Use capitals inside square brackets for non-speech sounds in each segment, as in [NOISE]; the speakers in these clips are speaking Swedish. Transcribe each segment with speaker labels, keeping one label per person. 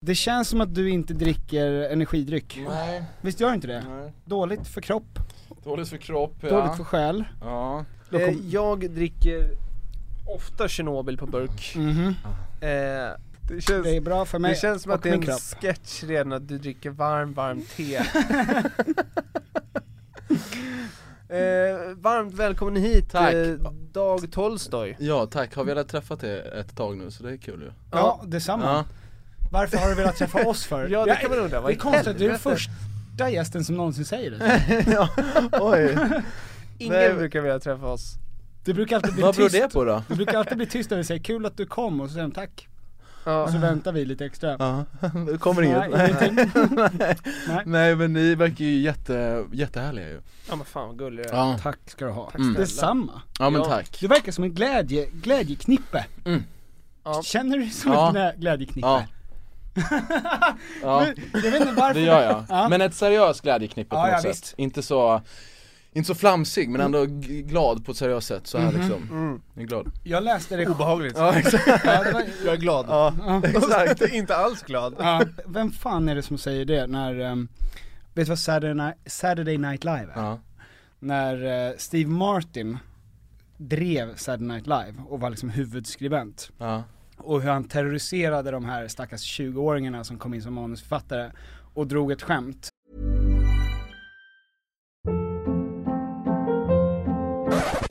Speaker 1: Det känns som att du inte dricker energidryck.
Speaker 2: Nej,
Speaker 1: Visst gör du inte det?
Speaker 2: nej.
Speaker 1: Dåligt för kropp,
Speaker 2: Dåligt för kropp ja.
Speaker 1: dåligt för själ.
Speaker 2: Ja.
Speaker 1: Då kom-
Speaker 3: Eh, jag dricker ofta Tjernobyl på burk.
Speaker 1: Mhm.
Speaker 3: Eh, det känns,
Speaker 1: Det är bra för mig
Speaker 3: det känns som
Speaker 1: och
Speaker 3: att det är
Speaker 1: min
Speaker 3: en
Speaker 1: kropp.
Speaker 3: sketch redan att du dricker varm, varm
Speaker 1: [LAUGHS]
Speaker 3: te. eh, varmt välkommen hit,
Speaker 2: Tack.
Speaker 3: Eh, Dag Tolstoj.
Speaker 2: ja tack, har vi alla träffat er ett tag nu så det är kul ju
Speaker 1: Ja, detsamma.
Speaker 2: Ja,
Speaker 1: Varför har du velat träffa oss
Speaker 2: [LAUGHS]
Speaker 1: för?
Speaker 3: Ja det kan man undra,
Speaker 1: det
Speaker 3: vad
Speaker 1: är
Speaker 3: i
Speaker 1: konstigt, att du är
Speaker 3: helvete?
Speaker 1: första gästen som någonsin säger
Speaker 2: [LAUGHS]
Speaker 1: det.
Speaker 3: [LAUGHS] ja, oj. Ingen
Speaker 2: Nej.
Speaker 3: brukar vilja träffa oss.
Speaker 1: Det brukar alltid bli
Speaker 2: [LAUGHS] vad beror
Speaker 1: tyst.
Speaker 2: det på då?
Speaker 1: Det brukar alltid bli tyst när vi säger kul att du kom och så säger de tack. Och
Speaker 3: Ja.
Speaker 1: så väntar vi lite extra.
Speaker 2: Ah. Ja, [LAUGHS] det kommer
Speaker 1: Nej,
Speaker 2: inget Nej,
Speaker 1: ingenting.
Speaker 2: [LAUGHS] Nej men ni verkar ju jätte, jättehärliga ju
Speaker 3: ja men fan vad gullig du är.
Speaker 2: Ja,
Speaker 1: Tack ska du ha.
Speaker 2: Mm.
Speaker 1: Detsamma.
Speaker 2: ja men
Speaker 3: Ja.
Speaker 2: tack
Speaker 1: Du verkar som en glädje, glädjeknippe.
Speaker 2: Mm.
Speaker 3: Ja.
Speaker 1: Känner du dig som
Speaker 2: Ja.
Speaker 1: en glä- glädjeknippe?
Speaker 2: Ja Ja,
Speaker 1: Nu, jag vet inte varför.
Speaker 2: det gör jag,
Speaker 1: Ja.
Speaker 2: men ett seriöst glädjeknippe på
Speaker 1: Ja,
Speaker 2: något
Speaker 1: ja,
Speaker 2: sätt
Speaker 1: visst.
Speaker 2: Inte så, inte så flamsig men ändå g- glad på ett seriöst sätt så
Speaker 1: Mhm.
Speaker 2: här liksom,
Speaker 3: Mm.
Speaker 2: jag är glad
Speaker 1: Jag läste det
Speaker 3: Obehagligt.
Speaker 2: Ja
Speaker 3: [LAUGHS]
Speaker 2: exakt,
Speaker 1: ja, det var,
Speaker 3: Jag är glad.
Speaker 1: ja.
Speaker 3: Exakt. Inte alls glad.
Speaker 1: ja. Vem fan är det som säger det när, ehm, vet du vad Saturday Night, Saturday Night Live är?
Speaker 2: ja.
Speaker 1: När eh, Steve Martin drev Saturday Night Live och var liksom huvudskribent.
Speaker 2: ja.
Speaker 1: och hur han terroriserade de här stackars 20-åringarna som kom in som manusförfattare och drog ett skämt.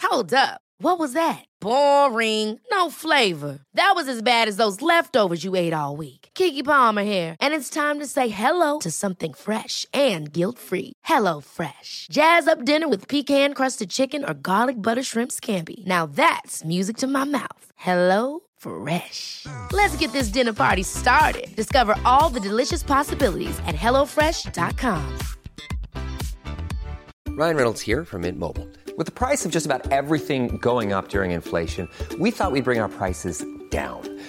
Speaker 4: Hold up. What was that? Boring. No flavor. That was as bad as those leftovers you ate all week. Kiki Palmer here, and it's time to say hello to something fresh and guilt-free. Hello Fresh. Jazz up dinner with pecan-crusted chicken or garlic butter shrimp scampi. Now that's music to my mouth. Hello Fresh. Let's get this dinner party started. Discover all the delicious possibilities at hellofresh.com.
Speaker 5: Ryan Reynolds here from Mint Mobile. With the price of just about everything going up during inflation, we thought we'd bring our prices down.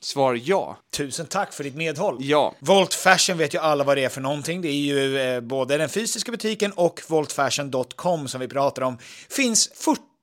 Speaker 6: Svar ja.
Speaker 1: Tusen tack för ditt medhåll!
Speaker 6: Ja.
Speaker 1: Volt Fashion vet ju alla vad det är för någonting. Det är ju eh, både den fysiska butiken och voltfashion.com som vi pratar om. Finns 40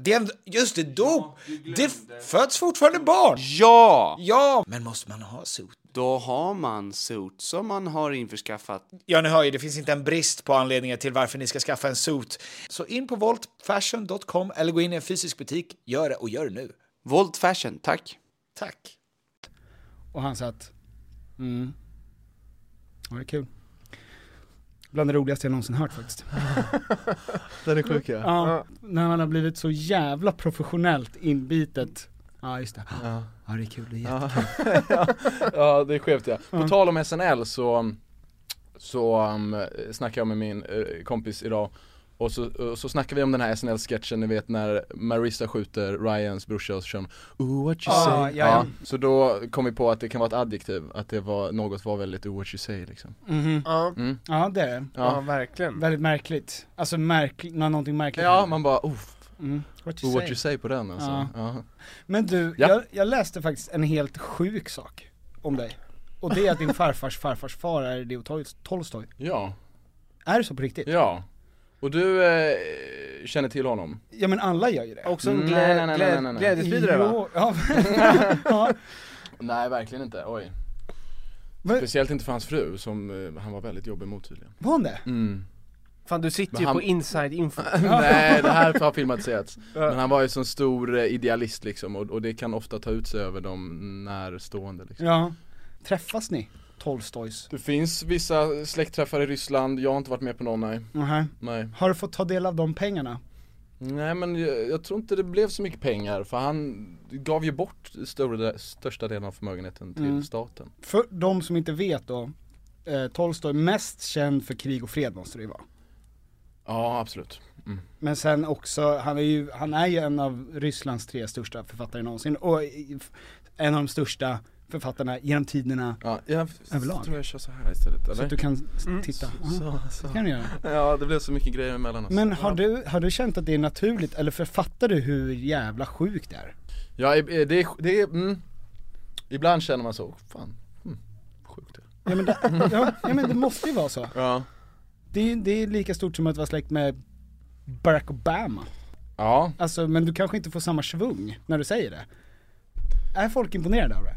Speaker 1: Det är en, just det, dop! det f- föds fortfarande barn!
Speaker 6: Ja!
Speaker 1: Ja! Men måste man ha suit?
Speaker 6: Då har man suits som man har införskaffat.
Speaker 1: Ja, ni hör ju, det finns inte en brist på anledningar till varför ni ska skaffa en suit. Så in på voltfashion.com eller gå in i en fysisk butik. Gör det och gör det nu.
Speaker 6: Volt fashion, tack.
Speaker 1: Tack.
Speaker 7: Och han satt... Ja, det är kul. Bland det roligaste jag någonsin hört faktiskt.
Speaker 2: Den är sjuk ja.
Speaker 7: Ja, när han har blivit så jävla professionellt inbitet. Ja, just det. Ja, det är kul. Det är jättekul.
Speaker 2: Ja det är skevt ja. På tal om SNL så, så um, snackade jag med min eh, kompis idag och så, och så snackade vi om den här SNL-sketchen, ni vet när Marissa skjuter Ryans brorsa och så kör hon, Ooh what you
Speaker 7: Ah,
Speaker 2: say
Speaker 7: ja, ja.
Speaker 2: Så då kom vi på att det kan vara ett adjektiv, att det var, något var väldigt ooh what you say liksom
Speaker 3: Ja,
Speaker 7: Ja, det är det.
Speaker 2: Mm. Ja.
Speaker 3: ja verkligen.
Speaker 7: Väldigt märkligt. Alltså märkligt, när någonting märkligt
Speaker 2: Ja
Speaker 7: händer.
Speaker 2: man bara, oh,
Speaker 7: mm. What you
Speaker 2: ooh what
Speaker 7: say.
Speaker 2: you say på den alltså
Speaker 7: Ja.
Speaker 2: ja.
Speaker 7: Men du,
Speaker 2: Ja.
Speaker 7: jag, jag läste faktiskt en helt sjuk sak om dig. Och det är att din farfars farfars far är Leo Tol- Tolstoj.
Speaker 2: ja,
Speaker 7: Är det så på riktigt?
Speaker 2: ja Och du eh, känner till honom?
Speaker 7: Ja men alla gör ju det.
Speaker 3: Också en
Speaker 2: Nej, Mm. nej, nej,
Speaker 3: glä-
Speaker 2: nej, nej,
Speaker 3: glä-
Speaker 2: nej.
Speaker 3: glädjespridare va?
Speaker 7: Jo, ja, [LAUGHS] ja.
Speaker 2: Nej verkligen inte, oj
Speaker 7: Men-
Speaker 2: Speciellt inte för hans fru som eh, han var väldigt jobbig mot tydligen
Speaker 7: Var hon det?
Speaker 3: Fan du sitter
Speaker 2: Men
Speaker 3: ju
Speaker 2: han-
Speaker 3: på
Speaker 2: [LAUGHS]
Speaker 3: inside info.
Speaker 2: Nej det här har [LAUGHS] filmatiserats Men han var ju sån stor eh, idealist liksom och, och det kan ofta ta ut sig över de närstående liksom
Speaker 7: Ja. Träffas ni? Tolstojs?
Speaker 2: Det finns vissa släktträffar i Ryssland, jag har inte varit med på någon nej,
Speaker 7: Nähä.
Speaker 2: nej
Speaker 7: Har du fått ta del av de pengarna?
Speaker 2: Nej men jag, jag tror inte det blev så mycket pengar för han gav ju bort större, största delen av förmögenheten till staten
Speaker 7: För de som inte vet då, eh, Tolstoj är mest känd för krig och fred måste det ju vara.
Speaker 2: Ja absolut mm.
Speaker 7: Men sen också, han är ju, han är ju en av Rysslands tre största författare någonsin och i- f- en av de största författarna genom tiderna.
Speaker 2: Ja, jag
Speaker 7: Överlag.
Speaker 2: tror jag kör så här istället
Speaker 7: Så
Speaker 2: eller?
Speaker 7: att du kan s- titta. Ja,
Speaker 2: så, så.
Speaker 7: Mm. det kan du göra.
Speaker 2: Ja det blev så mycket grejer emellan oss.
Speaker 7: Men har du, har du känt att det är naturligt eller författar du hur jävla sjukt det är?
Speaker 2: Ja i- eh, det är, det är mm. Ibland känner man så, fan, mm, sjukt det
Speaker 7: Ja men det, ja, ja, men det måste ju vara så.
Speaker 2: Ja
Speaker 7: Det är, det är lika stort som att vara släkt med Barack Obama.
Speaker 2: Ja,
Speaker 7: Alltså, men du kanske inte får samma svung när du säger det. Är folk imponerade av det?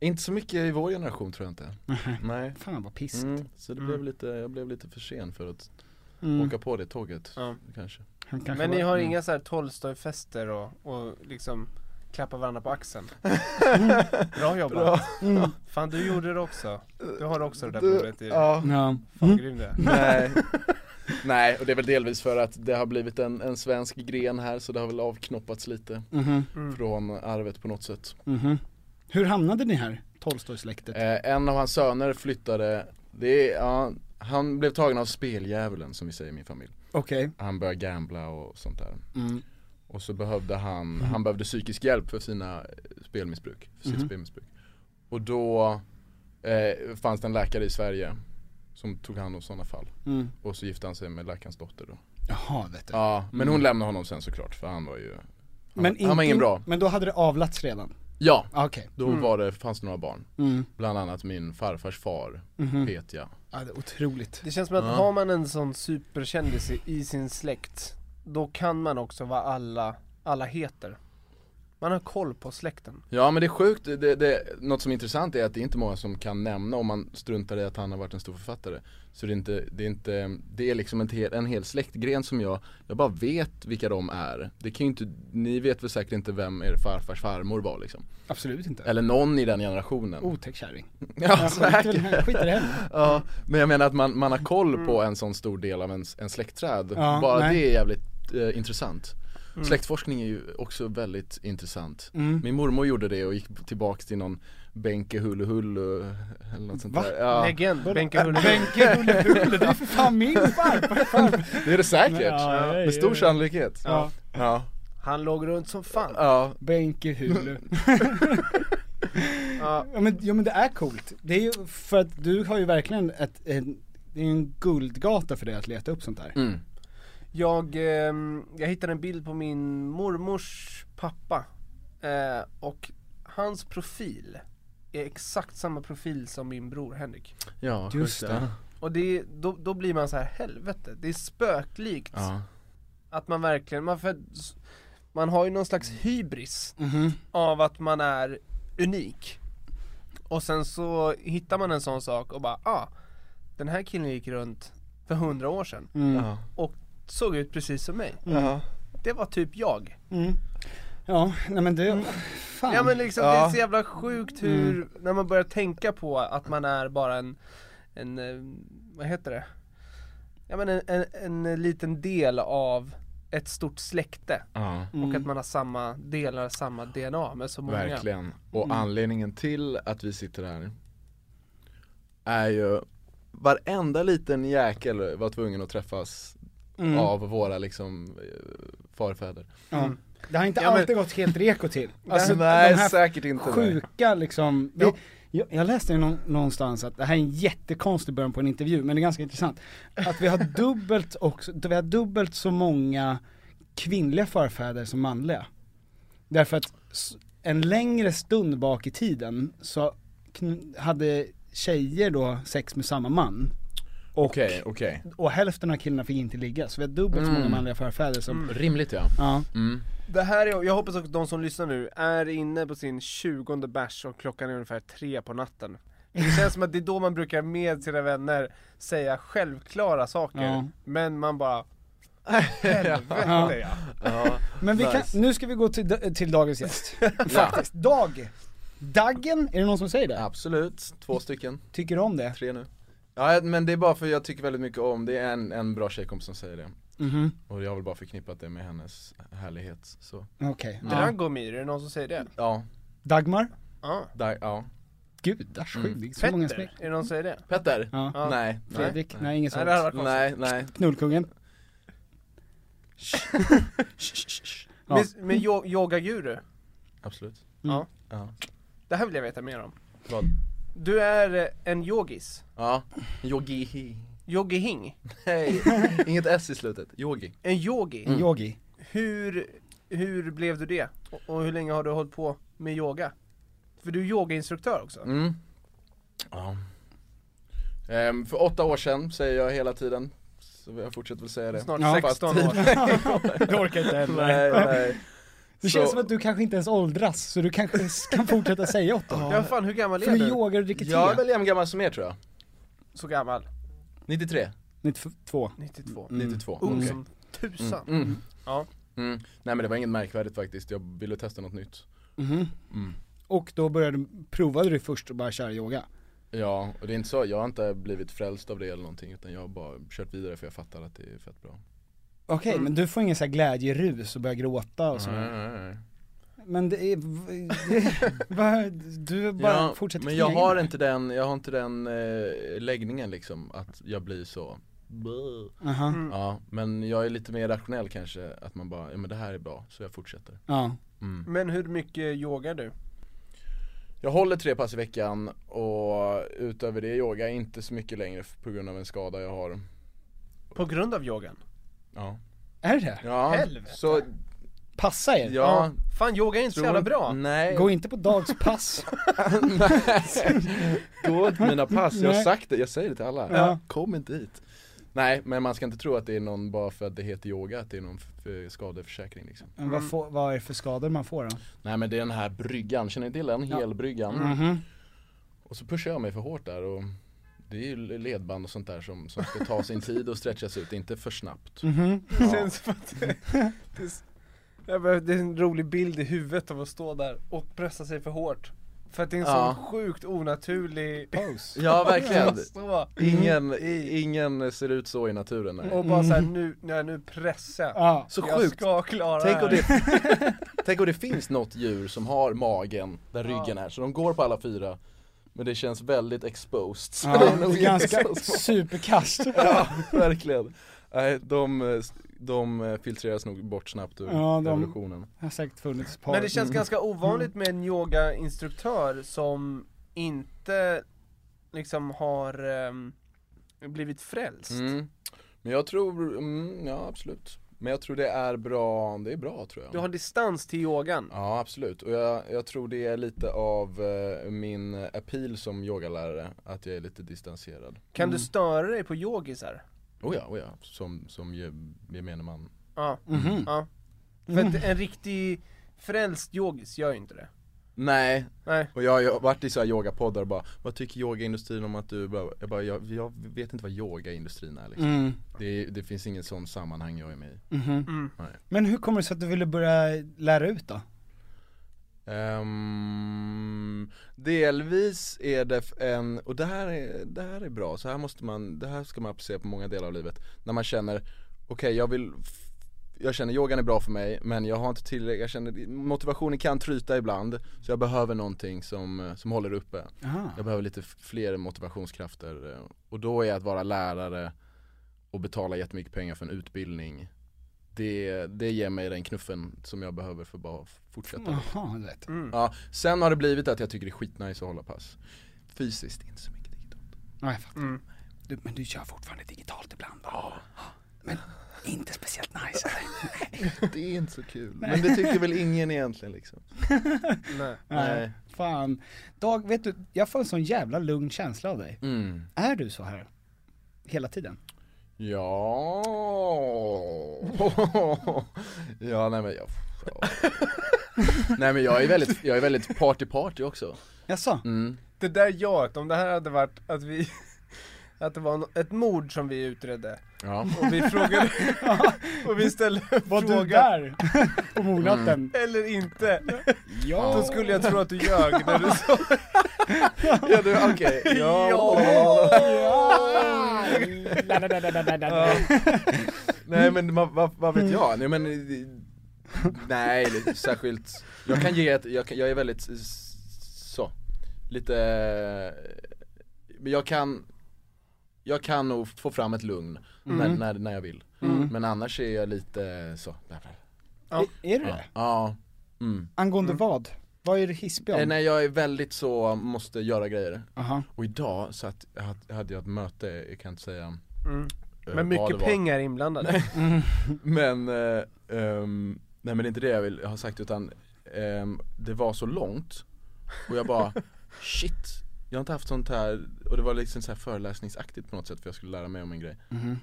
Speaker 2: inte så mycket i vår generation tror jag inte Nej
Speaker 7: Fan vad piss.
Speaker 2: mm. Så det blev lite, jag blev lite för sen för att
Speaker 7: Mm.
Speaker 2: åka på det tåget kanske
Speaker 7: Han kanske
Speaker 3: Men ni
Speaker 7: var-
Speaker 3: har inga så här Tolstoj-fester och, och liksom klappa varandra på [LAUGHS] axeln? Mm. Bra jobbat!
Speaker 7: Mm.
Speaker 3: Fan du gjorde det också. Du har också det där bordet i dig.
Speaker 7: Ja.
Speaker 3: Fan grym du är.
Speaker 2: [LAUGHS]
Speaker 7: Mm.
Speaker 2: Nej Nej, och det är väl delvis för att det har blivit en, en svensk gren här så det har väl avknoppats lite
Speaker 7: Mhm.
Speaker 2: från arvet på något sätt
Speaker 7: Hur hamnade ni här, Tolstoj-släktet?
Speaker 2: Eh, en av hans söner flyttade, det är, ja, han blev tagen av speldjävulen som vi säger i min familj.
Speaker 7: Okej.
Speaker 2: Han började gambla och sånt där.
Speaker 7: Mm.
Speaker 2: Och så behövde han, han behövde psykisk hjälp för sina eh, spelmissbruk, för sitt
Speaker 7: Mm.
Speaker 2: spelmissbruk. Och då eh, fanns det en läkare i Sverige som tog hand om sådana fall. Och så gifte han sig med läkarens dotter då.
Speaker 7: Mm. Jaha, vet du. Mm.
Speaker 2: Ja, men hon lämnade honom sen såklart för han var ju, han,
Speaker 7: Men,
Speaker 2: han var
Speaker 7: inte-
Speaker 2: ingen bra.
Speaker 7: men då hade det avlats redan?
Speaker 2: Ja,
Speaker 7: Ah, Okej. Mm.
Speaker 2: då var det, fanns det några barn. Bland annat min farfars far,
Speaker 7: Mhm.
Speaker 2: Petja.
Speaker 7: Ja, det är otroligt.
Speaker 3: Det känns som att har man en sån superkändis i, i sin släkt, då kan man också vad alla, alla heter. Man har koll på släkten.
Speaker 2: Ja men det är sjukt, det, det, något som är intressant är att det är inte många som kan nämna om man struntar i att han har varit en stor författare. Så det är inte, det är, inte, det är liksom en hel, en hel släktgren som jag, jag bara vet vilka de är. Det kan ju inte, ni vet väl säkert inte vem er farfars farmor var liksom.
Speaker 7: Absolut inte.
Speaker 2: Eller någon i den generationen.
Speaker 3: Oh,
Speaker 7: Otäck kärring.
Speaker 2: ja,
Speaker 7: Ja, skit i den här-
Speaker 2: säkert.
Speaker 7: skit i det här.
Speaker 2: Ja, men jag menar att man, man har koll på en sån stor del av ens, en släktträd.
Speaker 7: Mm. Ja,
Speaker 2: Bara
Speaker 7: nej. Mm.
Speaker 2: det är jävligt eh, intressant. Släktforskning är ju också väldigt intressant. Min mormor gjorde det och gick tillbaks till någon Benke Hullu Hullu eller något sånt
Speaker 7: Va?
Speaker 2: där. Ja,
Speaker 3: Legend, Benke Hullerby.
Speaker 7: Benke Hulle, det är för fan min farfar.
Speaker 2: det är det säkert.
Speaker 7: Ja, ja, ja.
Speaker 2: Med stor sannolikhet.
Speaker 7: Ja.
Speaker 2: Ja.
Speaker 3: [LAUGHS] Han låg runt som fan.
Speaker 2: Ja.
Speaker 7: Benke Hulu.
Speaker 3: Ja.
Speaker 7: Ja men, ja men det är coolt. Det är ju för att du har ju verkligen ett, en, det är ju en guldgata för dig att leta upp sånt där.
Speaker 2: Mm.
Speaker 3: Jag, ehm, jag hittade en bild på min mormors pappa eh, och hans profil är exakt samma profil som min bror Henrik.
Speaker 2: ja,
Speaker 7: Just
Speaker 2: just
Speaker 7: det.
Speaker 2: det.
Speaker 3: Och det, är- då, då blir man så här helvete, det är spöklikt
Speaker 2: Ja.
Speaker 3: att man verkligen, man, för, man har ju någon slags hybris av att man är unik. Och sen så hittar man en sån sak och bara, ah, den här killen gick runt för hundra år sedan
Speaker 2: Ja.
Speaker 3: och såg ut precis som mig. Det var typ jag.
Speaker 7: Ja, nej men det, fan. Mm.
Speaker 3: Ja men liksom det är så jävla sjukt hur, när man börjar tänka på att man är bara en, en eh, vad heter det? Ja men en, en, en liten del av ett stort släkte.
Speaker 2: Ja.
Speaker 3: Och att man har samma delar, samma DNA med så många.
Speaker 2: Verkligen. Och
Speaker 7: Mm.
Speaker 2: anledningen till att vi sitter här är ju varenda liten jäkel var tvungen att träffas
Speaker 7: Mm.
Speaker 2: av våra liksom eh, farfäder.
Speaker 7: ja. Det har inte
Speaker 3: Ja, men-
Speaker 7: alltid gått helt reko till. Alltså,
Speaker 2: nej,
Speaker 7: de här
Speaker 2: säkert inte, nej.
Speaker 7: Sjuka liksom. Det,
Speaker 2: Ja.
Speaker 7: jag, jag läste ju nå- någonstans att det här är en jättekonstig början på en intervju, men det är ganska intressant. Att vi har dubbelt också, vi har dubbelt så många kvinnliga förfäder som manliga. Därför att s- en längre stund bak i tiden så kn- hade tjejer då sex med samma man.
Speaker 2: Okej, okej. Mm.
Speaker 7: Och hälften av killarna fick inte ligga, så vi har dubbelt så många manliga förfäder som,
Speaker 2: Rimligt ja.
Speaker 7: ja.
Speaker 3: Det här är, jag hoppas att de som lyssnar nu är inne på sin 20 bärs och klockan är ungefär tre på natten. Det
Speaker 7: [LAUGHS]
Speaker 3: känns som att det är då man brukar med sina vänner säga självklara saker,
Speaker 7: Ja.
Speaker 3: men man
Speaker 7: [LAUGHS]
Speaker 3: bara Helvete ja.
Speaker 7: Men vi kan, nu ska vi gå till, till
Speaker 1: [LAUGHS]
Speaker 7: dagens gäst. Faktiskt. Dag. Daggen, är det någon som säger det?
Speaker 2: Absolut, två stycken,
Speaker 7: Tycker du om det?
Speaker 2: tre nu. Ja men det är bara för jag tycker väldigt mycket om, det är en, en bra tjejkompis som säger det.
Speaker 7: Mhm.
Speaker 2: Och jag har väl bara förknippat det med hennes härlighet. Så.
Speaker 7: Okej. Ja.
Speaker 3: Dragomir, är det någon som säger det?
Speaker 2: Ja,
Speaker 7: Dagmar?
Speaker 3: Ja.
Speaker 2: där, ja.
Speaker 7: Gudars skyldig, så många
Speaker 3: Petter,
Speaker 7: smeknamn.
Speaker 3: är det någon som säger det?
Speaker 2: Petter?
Speaker 7: Ja.
Speaker 2: Nej. Nej,
Speaker 7: Fredrik, nej, inget
Speaker 3: Nej
Speaker 7: sånt.
Speaker 3: det här var konstigt.
Speaker 2: nej, nej.
Speaker 7: Knullkungen? Ja.
Speaker 3: Men, men yo- yogaguru,
Speaker 2: Absolut.
Speaker 3: ja.
Speaker 2: Ja.
Speaker 3: det här vill jag veta mer om.
Speaker 2: Vad?
Speaker 3: Du är eh, en yogis,
Speaker 2: Ja, yogi.
Speaker 3: yogi hing,
Speaker 2: Hej, [LAUGHS] inget s i slutet, yogi.
Speaker 3: en yogi.
Speaker 7: En yogi?
Speaker 3: Hur, hur blev du det? Och, och hur länge har du hållit på med yoga? För du är yogainstruktör också?
Speaker 2: Mm. Ja. Ehm, för åtta år sedan säger jag hela tiden, så jag fortsätter väl säga det.
Speaker 3: Snart
Speaker 7: Ja.
Speaker 3: 16 år.
Speaker 7: [LAUGHS] Jag orkar inte
Speaker 2: [LAUGHS] Nej, nej.
Speaker 7: Det känns som att du kanske inte ens åldras, så du kanske s- kan fortsätta säga åt dem.
Speaker 3: Ja fan hur gammal
Speaker 7: För
Speaker 3: är
Speaker 7: du
Speaker 3: du?
Speaker 7: yogar och dricker te?
Speaker 2: Jag är väl jämn gammal som er tror jag.
Speaker 3: Så gammal?
Speaker 2: 93?
Speaker 7: 92.
Speaker 3: 92.
Speaker 7: Mm.
Speaker 2: 92.
Speaker 3: Ung
Speaker 2: Mm. okej.
Speaker 3: som tusan.
Speaker 2: Mm.
Speaker 3: Ja.
Speaker 2: Mm. Nej men det var inget märkvärdigt faktiskt, jag ville testa något nytt.
Speaker 7: Och då började, provade du först att bara köra yoga?
Speaker 2: Ja, och det är inte så, jag har inte blivit frälst av det eller någonting utan jag har bara kört vidare för jag fattar att det är fett bra.
Speaker 7: Okej, Mm. men du får ingen så här glädjerus och börjar gråta
Speaker 3: Mm.
Speaker 7: och sådär?
Speaker 2: Nej, nej, nej.
Speaker 7: Men det är, v- det- [LAUGHS] va- du bara
Speaker 2: Ja,
Speaker 7: fortsätter
Speaker 2: Men jag
Speaker 7: kriga
Speaker 2: har
Speaker 7: in.
Speaker 2: inte den, jag har inte den eh, läggningen liksom, att jag blir så
Speaker 7: Aha,
Speaker 3: Mm.
Speaker 2: Ja, men jag är lite mer rationell kanske, att man bara, ja men det här är bra, så jag fortsätter
Speaker 7: ja.
Speaker 2: Mm.
Speaker 3: Men hur mycket yogar du?
Speaker 2: Jag håller tre pass i veckan och utöver det yoga inte så mycket längre f- på grund av en skada jag har
Speaker 3: På grund av yogan?
Speaker 2: Ja,
Speaker 7: Är det det?
Speaker 2: ja
Speaker 3: Helvete.
Speaker 2: så,
Speaker 7: Passa er!
Speaker 2: ja,
Speaker 3: Fan yoga är inte så
Speaker 2: tror-
Speaker 3: jävla bra.
Speaker 2: Nej,
Speaker 7: Gå inte på dagspass.
Speaker 2: gå åt mina pass, jag har
Speaker 7: Nej.
Speaker 2: sagt det, jag säger det till alla,
Speaker 7: Ja.
Speaker 2: kom inte hit Nej, men man ska inte tro att det är någon, bara för att det heter yoga, att det är någon f- f- skadeförsäkring liksom.
Speaker 7: Men vad, får, vad är det för skador man får då?
Speaker 2: Nej men det är den här bryggan, känner ni till den?
Speaker 7: Ja.
Speaker 2: Helbryggan.
Speaker 7: Mhm.
Speaker 2: Och så pushar jag mig för hårt där och det är ju ledband och sånt där som, som ska ta sin tid och stretchas ut, inte för snabbt.
Speaker 7: Mhm.
Speaker 3: Det känns som att det, det, är s- jag behöver- det är en rolig bild i huvudet av att stå där och pressa sig för hårt. För att det är en
Speaker 2: Ja.
Speaker 3: sån sjukt onaturlig pose.
Speaker 2: Ja verkligen.
Speaker 3: stå.
Speaker 2: Ingen, i- ingen ser ut så i naturen. nej.
Speaker 3: Och bara såhär,
Speaker 2: Mm.
Speaker 3: nu, nej, nu pressar jag.
Speaker 7: Ja.
Speaker 2: Så
Speaker 3: jag
Speaker 2: sjukt.
Speaker 3: ska klara
Speaker 2: Tänk om,
Speaker 3: det
Speaker 2: det, [LAUGHS] tänk om det finns något djur som har magen där ryggen är, så de går på alla fyra Men det känns väldigt exposed Så de
Speaker 7: Ja,
Speaker 2: är nog
Speaker 7: det är
Speaker 2: inte
Speaker 7: ganska
Speaker 2: så små.
Speaker 7: superkast.
Speaker 2: [LAUGHS] Ja, verkligen Nej, de, eh, de eh, filtreras nog bort snabbt ur
Speaker 7: Ja, de-
Speaker 2: revolutionen
Speaker 7: har säkert funnits par.
Speaker 3: Men det känns ganska ovanligt med en yogainstruktör som inte liksom har ehm, blivit frälst.
Speaker 2: mm. Men jag tror, mm, ja absolut Men jag tror det är bra, det är bra tror jag
Speaker 3: Du har distans till yogan.
Speaker 2: Ja absolut, och jag, jag tror det är lite av eh, min appeal som yogalärare, att jag är lite distanserad
Speaker 3: Kan du störa dig på yogisar?
Speaker 2: Oh ja, oh ja. Som, som ge- gemene man.
Speaker 3: Ja.
Speaker 7: Mhm.
Speaker 3: ja. För att en riktig frälst yogis gör ju inte det.
Speaker 2: Nej,
Speaker 3: Nej.
Speaker 2: och jag har ju varit i så här yogapoddar och bara Vad tycker yogaindustrin om att du, bara, jag bara, jag, jag vet inte vad yogaindustrin är liksom.
Speaker 7: Mm.
Speaker 2: det, det finns ingen sån sammanhang jag är med i
Speaker 7: Mhm.
Speaker 2: Nej.
Speaker 7: Men hur kommer det sig att du ville börja lära ut då?
Speaker 2: Ehm, delvis är det f- en, och det här, är, det här är bra, så här måste man, det här ska man applicera på många delar av livet När man känner, okej jag vill, f- jag känner yogan är bra för mig men jag har inte tillräckligt, jag känner, motivationen kan tryta ibland Så jag behöver någonting som, som håller uppe
Speaker 7: Aha.
Speaker 2: Jag behöver lite f- fler motivationskrafter eh, och då är att vara lärare och betala jättemycket pengar för en utbildning det, det ger mig den knuffen som jag behöver för att bara f- fortsätta
Speaker 7: Jaha, du vet.
Speaker 2: Ja, sen har det blivit att jag tycker det är skitnice att hålla pass Fysiskt, inte så mycket [LAUGHS] digitalt
Speaker 7: Ja, jag fattar.
Speaker 2: Mm.
Speaker 7: Du, men du kör fortfarande digitalt ibland va? Men inte speciellt nice.
Speaker 2: Det är inte så kul, men det tycker väl ingen egentligen liksom
Speaker 3: Nej.
Speaker 2: Nej.
Speaker 7: Fan. Dag, vet du, jag får en sån jävla lugn känsla av dig.
Speaker 2: mm.
Speaker 7: Är du så här? Hela tiden?
Speaker 2: Ja [LAUGHS] Ja nej men [LAUGHS] jag ja. Nej men jag är väldigt, jag är väldigt party party också
Speaker 7: Jaså?
Speaker 2: mm.
Speaker 3: Det där jaet, om det här hade varit att vi, [LAUGHS] att det var no- ett mord som vi utredde
Speaker 2: Ja,
Speaker 3: och vi
Speaker 7: [LAUGHS]
Speaker 3: frågade, och vi ställde
Speaker 7: Var
Speaker 3: frågan,
Speaker 7: du där? På mordnatten?
Speaker 3: Mm. eller inte,
Speaker 7: Ja.
Speaker 3: då skulle jag tro att du ljög när du
Speaker 7: [LAUGHS]
Speaker 3: sa
Speaker 2: ja du, [LAUGHS] okej, ja,
Speaker 7: La, la, la, la, la, la, la.
Speaker 2: Nej
Speaker 3: Mm.
Speaker 2: men vad vad- vad vet jag? Nej men Nej
Speaker 3: [LAUGHS]
Speaker 2: det är särskilt Jag kan ge ett, jag, kan, jag är väldigt s- s- så Lite Men jag kan Jag kan nog få fram ett lugn när,
Speaker 3: Mm.
Speaker 2: när, när jag vill Men annars är jag lite så
Speaker 7: Är du
Speaker 2: Ja,
Speaker 7: det?
Speaker 2: ja. Mm.
Speaker 7: Angående vad? Vad är du hispig
Speaker 2: Eh,
Speaker 7: om?
Speaker 2: Nej jag är väldigt så, måste göra grejer
Speaker 7: Aha.
Speaker 2: Och idag så att, jag hade jag ett möte, jag kan inte säga
Speaker 3: Mm.
Speaker 2: eh,
Speaker 3: Men
Speaker 2: vad det
Speaker 3: mycket
Speaker 2: var.
Speaker 3: pengar inblandade.
Speaker 7: Mm.
Speaker 2: Men, eh, ehm, nej men det är inte det jag vill ha sagt utan ehm, det var så långt och jag
Speaker 3: [LAUGHS]
Speaker 2: bara shit, jag har inte haft sånt här och det var liksom så här föreläsningsaktigt på något sätt för jag skulle lära mig om en grej
Speaker 3: Mm-hmm.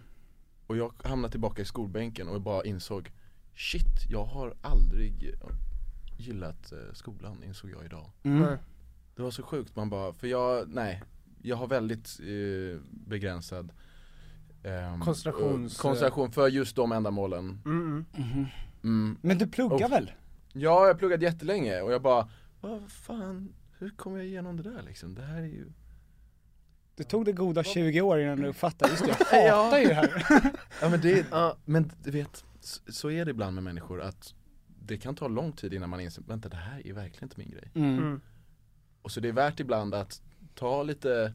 Speaker 2: Och jag hamnade tillbaka i skolbänken och jag bara insåg shit, jag har aldrig gillat eh, skolan insåg jag idag
Speaker 3: Mm.
Speaker 2: Det var så sjukt, man bara, för jag, nej, jag har väldigt eh, begränsad ehm,
Speaker 3: Koncentrations-
Speaker 2: eh, koncentration för just de ändamålen
Speaker 3: Mm.
Speaker 2: Mm.
Speaker 7: Men du pluggar
Speaker 2: Oh.
Speaker 7: väl?
Speaker 2: Ja, jag har pluggat jättelänge och jag bara, vad fan, hur kommer jag igenom det där liksom? Det här är ju
Speaker 7: Du tog det goda 20 år innan du fattade, just det,
Speaker 2: [LAUGHS]
Speaker 7: jag hatar ju det här.
Speaker 2: Ja men det, ja, men du vet, så, så är det ibland med människor att det kan ta lång tid innan man inser, vänta det här är verkligen inte min grej
Speaker 3: Mm.
Speaker 2: Och så det är värt ibland att ta lite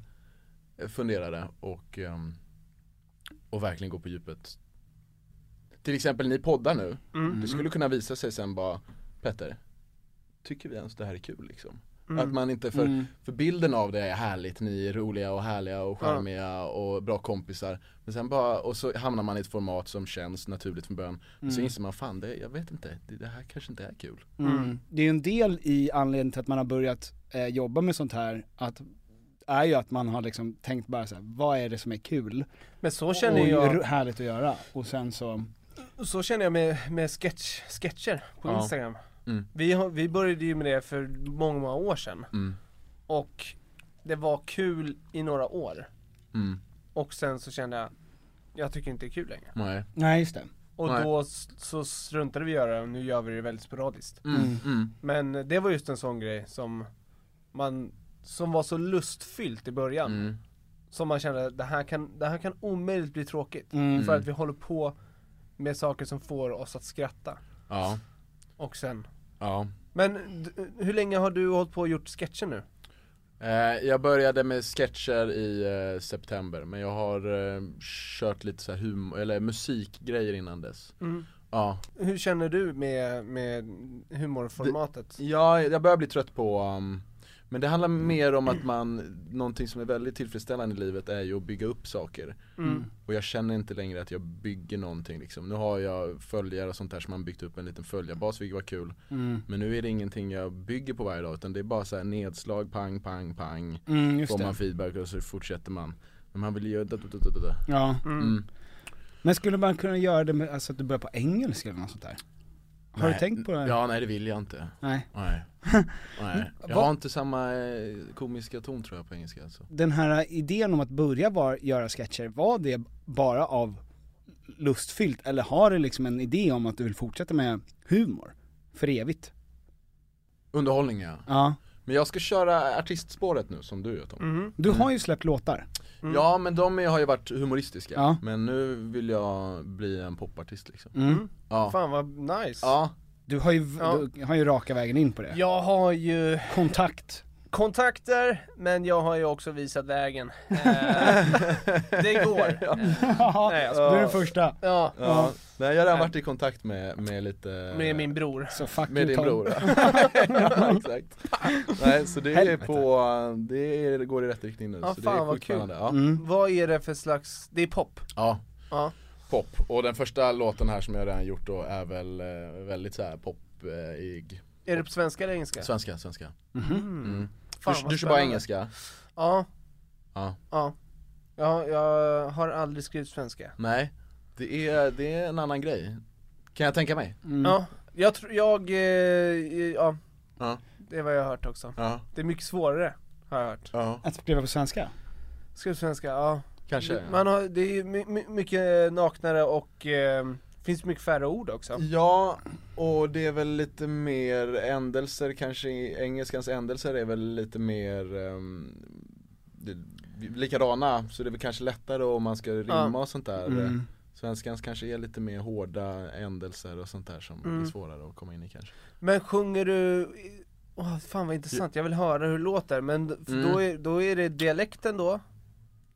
Speaker 2: eh, funderare och, ehm, och verkligen gå på djupet Till exempel ni poddar nu,
Speaker 3: Mm.
Speaker 2: det skulle kunna visa sig sen bara Petter, tycker vi ens det här är kul liksom? Att man inte, för, för bilden av det är härligt, ni är roliga och härliga och charmiga och bra kompisar Men sen bara, och så hamnar man i ett format som känns naturligt från början Men så inser man, fan det, jag vet inte, det, det här kanske inte är kul
Speaker 7: Det är ju en del i anledningen till att man har börjat eh, jobba med sånt här, att är ju att man har liksom tänkt bara så här, vad är det som är kul?
Speaker 3: Men så känner
Speaker 7: och
Speaker 3: jag-
Speaker 7: ro- härligt att göra. Och sen så,
Speaker 3: Så känner jag med, med sketch, sketcher på
Speaker 7: Ja.
Speaker 3: Instagram.
Speaker 7: Mm.
Speaker 3: Vi, har- vi började ju med det för många, många år sedan.
Speaker 2: Mm.
Speaker 3: Och det var kul i några år.
Speaker 2: Mm.
Speaker 3: Och sen så kände jag, jag tycker inte det är kul längre.
Speaker 2: Nej.
Speaker 7: nej just det.
Speaker 3: Och
Speaker 7: Nej.
Speaker 3: då s- så struntade vi i att göra det och nu gör vi det väldigt sporadiskt.
Speaker 2: Mm, mm.
Speaker 3: Men eh, det var just en sån grej som man, som var så lustfyllt i början.
Speaker 2: Mm.
Speaker 3: Som man kände, det här kan, det här kan omöjligt bli tråkigt.
Speaker 2: Mm.
Speaker 3: För att vi håller på med saker som får oss att skratta.
Speaker 2: Ja.
Speaker 3: Och sen.
Speaker 2: Ja.
Speaker 3: Men d- hur länge har du hållit på och gjort sketcher nu?
Speaker 2: Eh, jag började med sketcher i eh, september, men jag har eh, kört lite så här hum- eller musikgrejer innan dess.
Speaker 3: Mm.
Speaker 2: Ja.
Speaker 3: Hur känner du med, med humorformatet?
Speaker 2: Ja, jag börjar bli trött på, um, men det handlar mer om att man, någonting som är väldigt tillfredsställande i livet är ju att bygga upp saker.
Speaker 3: Mm.
Speaker 2: Och jag känner inte längre att jag bygger någonting liksom. Nu har jag följare och sånt där som man byggt upp en liten följarbas, vilket var kul.
Speaker 7: Mm.
Speaker 2: Men nu är det ingenting jag bygger på varje dag, utan det är bara så här nedslag, pang, pang, pang.
Speaker 7: Mm, just
Speaker 2: får
Speaker 7: det.
Speaker 2: man feedback och så fortsätter man. Men man vill ju göra da-da-da-da-da.
Speaker 7: Ja.
Speaker 2: Mm.
Speaker 7: Men skulle man kunna göra det med, alltså att du börjar på engelska eller något sånt där? Har
Speaker 2: Nej,
Speaker 7: du tänkt på det?
Speaker 2: Ja, nej det vill jag inte.
Speaker 7: Nej. [LAUGHS]
Speaker 2: Nej. nej. Jag
Speaker 7: Vad-
Speaker 2: har inte samma eh, komiska ton tror jag på engelska alltså.
Speaker 7: Den här idén om att börja var, göra sketcher, var det bara av lustfyllt eller har du liksom en idé om att du vill fortsätta med humor? För evigt?
Speaker 2: Underhållning ja.
Speaker 7: Ja.
Speaker 2: Men jag ska köra artistspåret nu som du gör Tom.
Speaker 3: Mm-hmm.
Speaker 7: Du har ju släppt låtar.
Speaker 3: Mm.
Speaker 2: Ja men de har ju varit humoristiska,
Speaker 7: Ja.
Speaker 2: men nu vill jag bli en popartist liksom.
Speaker 7: Mm.
Speaker 2: Ja.
Speaker 3: Fan vad nice.
Speaker 2: Ja.
Speaker 7: Du har ju,
Speaker 3: Ja.
Speaker 7: du har ju raka vägen in på det.
Speaker 3: Jag har ju
Speaker 7: Kontakt.
Speaker 3: kontakter, men jag har ju också visat vägen.
Speaker 2: [LAUGHS]
Speaker 3: Eh, det går.
Speaker 7: Ja,
Speaker 3: [LAUGHS] Nej, alltså. jag
Speaker 7: du
Speaker 3: skojar.
Speaker 7: är den första.
Speaker 3: Ja.
Speaker 2: Ja. Nej jag har redan varit i kontakt med, med lite
Speaker 3: Med min bror.
Speaker 7: Så fuck
Speaker 2: Med din
Speaker 7: you,
Speaker 3: [LAUGHS]
Speaker 7: Tom.
Speaker 2: bror [LAUGHS] ja. ja, exakt. Nej så det är
Speaker 7: Helvete.
Speaker 2: på, det är, det går i rätt riktning nu
Speaker 3: Ja,
Speaker 2: så det är
Speaker 3: fan vad
Speaker 2: sjukt
Speaker 3: kul.
Speaker 2: spännande. Ja.
Speaker 7: Mm.
Speaker 3: Vad är det för slags, det är pop?
Speaker 2: Ja.
Speaker 3: Ja.
Speaker 2: Pop, och den första låten här som jag redan gjort då är väl eh, väldigt såhär popig
Speaker 3: Är det på svenska eller engelska?
Speaker 2: eh, Svenska, svenska
Speaker 3: Mhm.
Speaker 2: Mm.
Speaker 3: Fan,
Speaker 2: Du,
Speaker 3: vad
Speaker 2: du kör bara
Speaker 3: spännande.
Speaker 2: engelska?
Speaker 3: Ja,
Speaker 2: Ja
Speaker 3: ja. Ja, jag har aldrig skrivit svenska.
Speaker 2: Nej, det är, det är en annan grej Kan jag tänka mig?
Speaker 3: Ja, jag tror, jag, eh, ja,
Speaker 2: Ja,
Speaker 3: det är vad jag har hört också.
Speaker 2: ja,
Speaker 3: Det är mycket svårare, har jag hört.
Speaker 2: ja.
Speaker 7: Att skriva på svenska?
Speaker 3: Skriv svenska, ja.
Speaker 2: Kanske
Speaker 3: Man har, det är ju my, my, mycket naknare och eh, finns mycket färre ord också.
Speaker 2: Ja, och det är väl lite mer ändelser kanske, engelskans ändelser är väl lite mer ehm, det, likadana, så det är väl kanske lättare om man ska rimma
Speaker 3: Ja.
Speaker 2: och sånt där
Speaker 7: Mm.
Speaker 2: Svenskans kanske är lite mer hårda ändelser och sånt där som
Speaker 3: Mm.
Speaker 2: är svårare att komma in i kanske
Speaker 3: Men sjunger du, åh fan vad intressant, jag vill höra hur det låter, men d- för
Speaker 2: Mm.
Speaker 3: då, är, då är det dialekten då?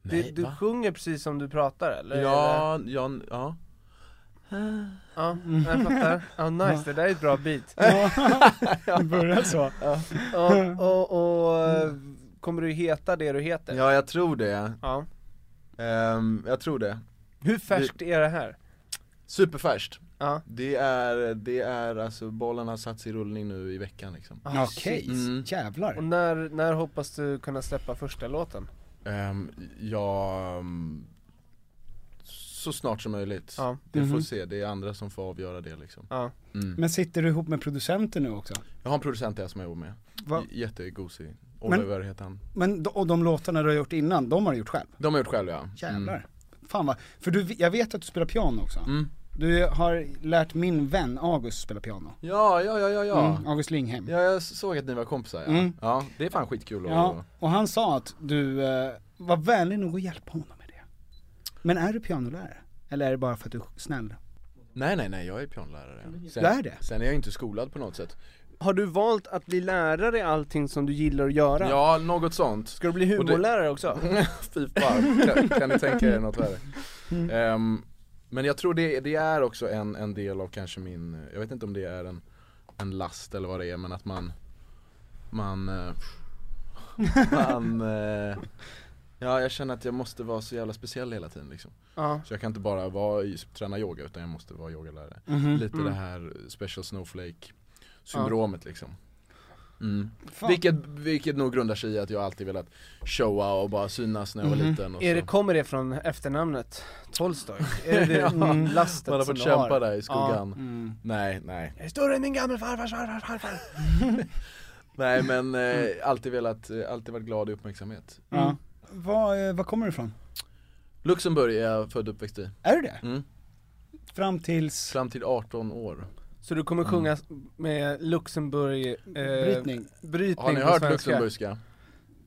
Speaker 3: Du,
Speaker 2: Nej,
Speaker 3: du
Speaker 2: va?
Speaker 3: sjunger precis som du pratar eller? Eller-
Speaker 2: Ja, ja, ja
Speaker 3: Ja, jag fattar. Ja, nice, det där är ett bra
Speaker 7: [LAUGHS]
Speaker 3: beat.
Speaker 7: Det börjar så.
Speaker 3: Ja, och, och eh, kommer du heta det du heter?
Speaker 2: Ja, jag tror det,
Speaker 3: Ja.
Speaker 2: Ehm, jag tror det
Speaker 3: Hur färskt är det här?
Speaker 2: Superfärskt
Speaker 3: Ja.
Speaker 2: Det är, det är alltså, bollen har satts i rullning nu i veckan liksom
Speaker 3: Ah,
Speaker 7: Okej,
Speaker 3: shit.
Speaker 2: Mm.
Speaker 7: jävlar.
Speaker 3: Och när, när hoppas du kunna släppa första låten?
Speaker 2: Ehm, ja, mm, så snart som möjligt.
Speaker 3: Ja.
Speaker 2: Det får
Speaker 7: Mhm.
Speaker 2: se, det är andra som får avgöra det liksom.
Speaker 3: Ja.
Speaker 2: Mm.
Speaker 7: Men sitter du ihop med producenter nu också?
Speaker 2: Jag har en producent där som jag jobbar med,
Speaker 7: Va?
Speaker 2: J- jättegosig,
Speaker 7: Men-
Speaker 2: Oliver heter han.
Speaker 7: Men, och de låtarna du har gjort innan, de har du gjort själv?
Speaker 2: De har gjort själv ja.
Speaker 7: Jävlar. Mm. Fan vad, för du, jag vet att du spelar piano också.
Speaker 2: Mm.
Speaker 7: Du har lärt min vän August spela piano.
Speaker 2: Ja, ja, ja, ja, ja.
Speaker 7: Mm, August Linghem.
Speaker 2: Ja, jag såg att ni var kompisar ja.
Speaker 7: Mm.
Speaker 2: Ja, det är fan skitkul att...
Speaker 7: Ja, och han sa att du eh, var vänlig nog att hjälpa honom med det. Men är du pianolärare? Eller är det bara för att du är snäll?
Speaker 2: Nej, nej, nej, jag är pianlärare. Sen,
Speaker 7: Du är det?
Speaker 2: Sen är jag inte skolad på något sätt.
Speaker 3: Har du valt att bli lärare i allting som du gillar att göra?
Speaker 2: Ja, något sånt.
Speaker 3: Ska du bli
Speaker 2: Och det-
Speaker 3: humorlärare också?
Speaker 2: [LAUGHS] Fy fan, kan, kan ni tänka er något värre?
Speaker 3: Mm.
Speaker 2: Ehm, men jag tror det, det är också en, en del av kanske min, jag vet inte om det är en, en last eller vad det är men att man, man, eh,
Speaker 3: [LAUGHS]
Speaker 2: man, eh, ja jag känner att jag måste vara så jävla speciell hela tiden liksom.
Speaker 3: Ja.
Speaker 2: Så jag kan inte bara vara, i- träna yoga utan jag måste
Speaker 3: Mhm. Mm.
Speaker 2: vara yogalärare. Lite det här special snowflake syndromet liksom. Mm. Vilket, vilket nog grundar sig i att jag alltid velat showa och bara synas när jag var
Speaker 3: Mhm.
Speaker 2: liten och
Speaker 3: Är
Speaker 2: så.
Speaker 3: det, kommer det från efternamnet? Tolstoj?
Speaker 2: [LAUGHS]
Speaker 3: Är det det
Speaker 2: Ja.
Speaker 3: lastet
Speaker 2: Man har
Speaker 3: som
Speaker 2: fått
Speaker 3: du
Speaker 2: kämpa
Speaker 3: har?
Speaker 2: där i skuggan.
Speaker 3: Ja. Mm.
Speaker 2: Nej, nej.
Speaker 3: Jag är större än min gammelfarfars farfars farfar.
Speaker 2: [LAUGHS]
Speaker 3: Mm.
Speaker 2: Nej men eh, alltid velat, eh, alltid varit glad i uppmärksamhet.
Speaker 7: Ja. Var, eh, var kommer du ifrån?
Speaker 2: Luxemburg är jag född och uppväxt i.
Speaker 7: Är du det?
Speaker 2: Mm.
Speaker 7: Fram tills?
Speaker 2: Fram till 18 år.
Speaker 3: Så du
Speaker 2: Mm.
Speaker 3: kommer sjunga med Luxemburg... Eh,
Speaker 7: Brytning.
Speaker 3: brytning
Speaker 2: Har ni
Speaker 3: på
Speaker 2: hört
Speaker 3: svenska?
Speaker 2: luxemburgska?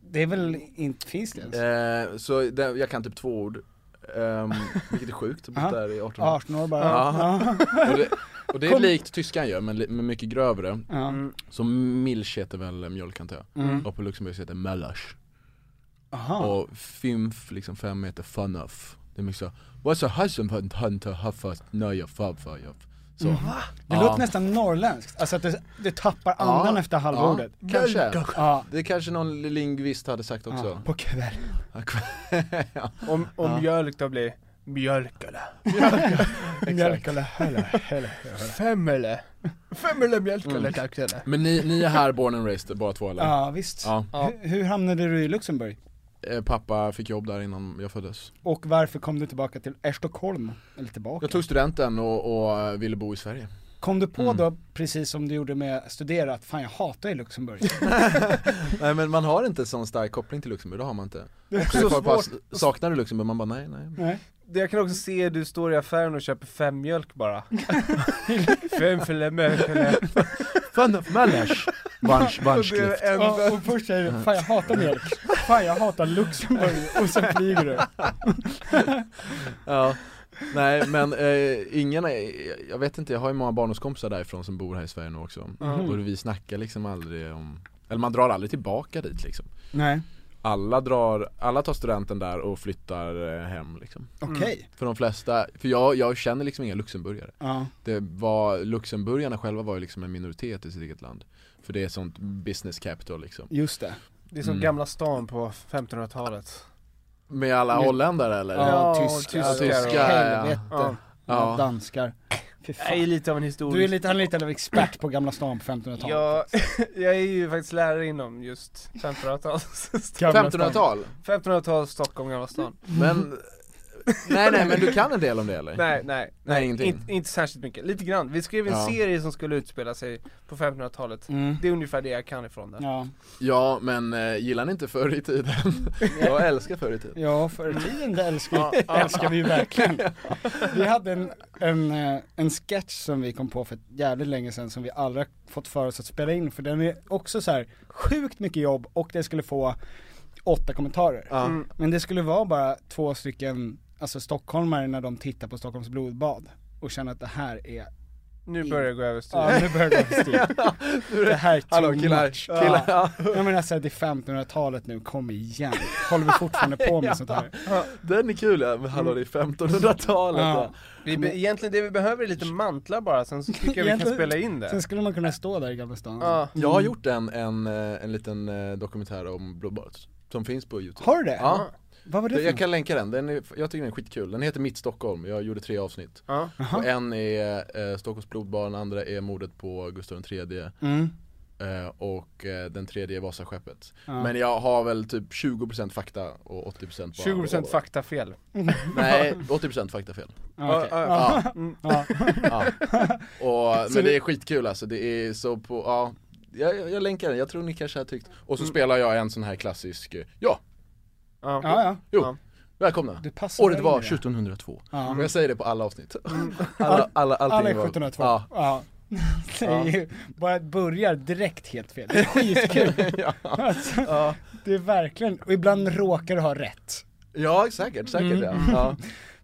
Speaker 7: Det är väl inte, finns det ens?
Speaker 2: Eh, så det, jag kan typ två ord, Ehm, vilket är sjukt,
Speaker 3: [LAUGHS]
Speaker 2: jag har bott
Speaker 7: Aha.
Speaker 2: där i 18 år.
Speaker 7: 18 år bara.
Speaker 2: Ja.
Speaker 7: Ja.
Speaker 2: och, det, och det är
Speaker 7: Kom.
Speaker 2: likt tyskan gör, men, li- men mycket grövre.
Speaker 7: Ja.
Speaker 2: Så milch heter väl mjölk antar jag,
Speaker 7: Mm.
Speaker 2: och på luxemburgska heter melach.
Speaker 7: Aha.
Speaker 2: Och fymf, liksom fem heter funuff. Det är mycket så, what's a husband hunt hunter huffat nöja fabfar Så.
Speaker 7: Mm. Det
Speaker 2: Ja.
Speaker 7: låter nästan norrländskt, alltså att det, det tappar andan
Speaker 2: Ja,
Speaker 7: efter halva
Speaker 2: ja,
Speaker 7: ordet.
Speaker 2: Kanske.
Speaker 7: Ja.
Speaker 2: Det kanske någon lingvist hade sagt också.
Speaker 7: På kvällen.
Speaker 2: ja. [LAUGHS]
Speaker 3: Om, om
Speaker 2: Ja.
Speaker 3: mjölk då blir mjölkele.
Speaker 7: Mjölk eller
Speaker 3: Femmele. Femmele mjölkele
Speaker 2: Mm.
Speaker 3: tack snälla.
Speaker 2: Men ni, ni är här born and raised, bara två eller?
Speaker 7: Ja visst.
Speaker 2: Ja.
Speaker 7: Hur, hur hamnade du i Luxemburg?
Speaker 2: Eh, Pappa fick jobb där innan jag föddes.
Speaker 7: Och varför kom du tillbaka till är Stockholm? Eller tillbaka?
Speaker 2: Jag tog studenten och, och ville bo i Sverige.
Speaker 7: Kom du på
Speaker 2: Mm.
Speaker 7: då, precis som du gjorde med studera, att fan jag hatar
Speaker 2: [LAUGHS]
Speaker 7: ju Luxemburg?
Speaker 2: Nej men man har inte sån stark koppling till Luxemburg, det har man inte.
Speaker 7: Det är
Speaker 2: Så
Speaker 7: så
Speaker 2: folk bara,
Speaker 3: svårt.
Speaker 2: saknar du Luxemburg? Man bara nej, nej.
Speaker 7: Nej.
Speaker 3: Det jag kan också se du står i affären och köper fem mjölk bara.
Speaker 2: [LAUGHS]
Speaker 3: Femmele mjölkele.
Speaker 2: Fun of Manners, [LAUGHS]
Speaker 3: Det är det enda
Speaker 7: Ja, och först säger du, fan jag hatar mjölk, fan jag hatar Luxemburg, och sen flyger du.
Speaker 2: Ja, nej men eh, ingen, är- jag vet inte, jag har ju många barndomskompisar därifrån som bor här i Sverige nu också.
Speaker 7: Mm.
Speaker 2: Och vi snackar liksom aldrig om, eller man drar aldrig tillbaka dit liksom.
Speaker 7: Nej.
Speaker 2: Alla drar, alla tar studenten där och flyttar eh, hem liksom.
Speaker 7: Okej.
Speaker 2: För de flesta, för jag, jag känner liksom inga luxemburgare.
Speaker 7: Ja.
Speaker 2: Det var, luxemburgarna själva var ju liksom en minoritet i sitt eget land. För det är sånt business capital liksom.
Speaker 7: Just det.
Speaker 3: Det är som
Speaker 2: Mm.
Speaker 3: Gamla stan på 1500-talet.
Speaker 2: Med alla
Speaker 7: Med-
Speaker 2: holländare eller?
Speaker 3: Ja,
Speaker 7: tyskar,
Speaker 3: och tyskar,
Speaker 7: och
Speaker 2: ja.
Speaker 7: helvete.
Speaker 3: Ja.
Speaker 2: Ja.
Speaker 7: Danskar. Fy
Speaker 3: Jag
Speaker 7: fan.
Speaker 3: är lite av en historisk...
Speaker 7: Du är lite, han är lite av expert på Gamla stan på 1500-talet.
Speaker 3: jag, [LAUGHS] jag är ju faktiskt lärare inom just 1500-tal.
Speaker 7: Gamla stan.
Speaker 2: 1500-tal?
Speaker 3: 1500-tal Stockholm, Gamla stan.
Speaker 2: Men, nej nej men du kan en del om det eller?
Speaker 3: Nej, nej.
Speaker 2: Nej, ingenting.
Speaker 3: Inte, inte särskilt mycket, lite grann. Vi skrev en
Speaker 2: Ja.
Speaker 3: serie som skulle utspela sig på 1500-talet.
Speaker 7: Mm.
Speaker 3: Det är ungefär det jag kan ifrån det.
Speaker 7: Ja,
Speaker 2: Ja men eh, gillar ni inte förr i
Speaker 3: [LAUGHS]
Speaker 2: tiden? jag älskar förr i tiden.
Speaker 7: ja förr i tiden det älskar, vi- älskar vi ju verkligen. Vi hade en, en, eh, en sketch som vi kom på för ett jävligt länge sedan som vi aldrig har fått för oss att spela in för den är också så här sjukt mycket jobb och det skulle få åtta kommentarer.
Speaker 3: Mm.
Speaker 7: Men det skulle vara bara två stycken, alltså stockholmare när de tittar på Stockholms blodbad och känner att det här är,
Speaker 3: Nu börjar jag gå över styr.
Speaker 7: ja nu börjar det
Speaker 2: [LAUGHS]
Speaker 7: gå överstyr. Det här är too
Speaker 2: Hallå killar,
Speaker 7: much.
Speaker 2: killar. Ja.
Speaker 7: Jag menar såhär, alltså, det är 1500-talet nu, kom igen. Håller vi fortfarande
Speaker 2: [LAUGHS]
Speaker 7: på med sånt här?
Speaker 2: Den är kul ja, men hallå det är 1500-talet
Speaker 7: Ja.
Speaker 2: ja.
Speaker 3: Vi be- egentligen det vi behöver är lite mantlar bara, sen så tycker jag vi kan
Speaker 7: Egentligen-
Speaker 3: spela in det.
Speaker 7: Sen skulle man kunna stå där i Gamla stan.
Speaker 3: Ja.
Speaker 2: Jag har gjort en, en, eh, en liten eh, dokumentär om blodbadet, som finns på youtube
Speaker 7: Har du det?
Speaker 2: Ja,
Speaker 7: Vad var det för
Speaker 2: jag
Speaker 7: något?
Speaker 2: kan länka den, den är, jag tycker den är skitkul, den heter Mitt Stockholm, jag gjorde tre avsnitt
Speaker 3: Ja.
Speaker 2: Och en är eh, Stockholms blodbad, den andra är mordet på Gustav III
Speaker 7: Mm.
Speaker 2: eh, och eh, den tredje är Vasaskeppet
Speaker 7: Ja.
Speaker 2: Men jag har väl typ 20% fakta och 80% bara
Speaker 3: 20% faktafel.
Speaker 2: Nej, 80% faktafel
Speaker 7: Ja, Mm. okej.
Speaker 3: Ja,
Speaker 7: Ja.
Speaker 2: ja,
Speaker 7: Ja.
Speaker 2: ja. Och,
Speaker 7: Så
Speaker 2: Men
Speaker 7: det-
Speaker 2: det är skitkul alltså, det är så på, ja jag, jag länkar den, jag tror ni kanske har tyckt Och så
Speaker 7: Mm.
Speaker 2: spelar jag en sån här klassisk, eh, ja,
Speaker 3: Ja.
Speaker 7: ja, ja.
Speaker 2: jo,
Speaker 3: Ja.
Speaker 2: välkomna
Speaker 7: Du passar
Speaker 2: Året
Speaker 7: in
Speaker 2: var
Speaker 7: i det.
Speaker 2: 1702
Speaker 7: Ja. Mm.
Speaker 2: Och jag säger det på alla avsnitt Alla, alla, allting
Speaker 7: Alla är
Speaker 2: var-
Speaker 7: 1702.
Speaker 2: Ja,
Speaker 7: Ja. [LAUGHS] Det är ju, bara börjar direkt helt fel. Det är skitkul.
Speaker 2: [LAUGHS]
Speaker 7: alltså, Det är verkligen, och ibland råkar du ha rätt.
Speaker 2: Ja säkert, säkert ja. ja.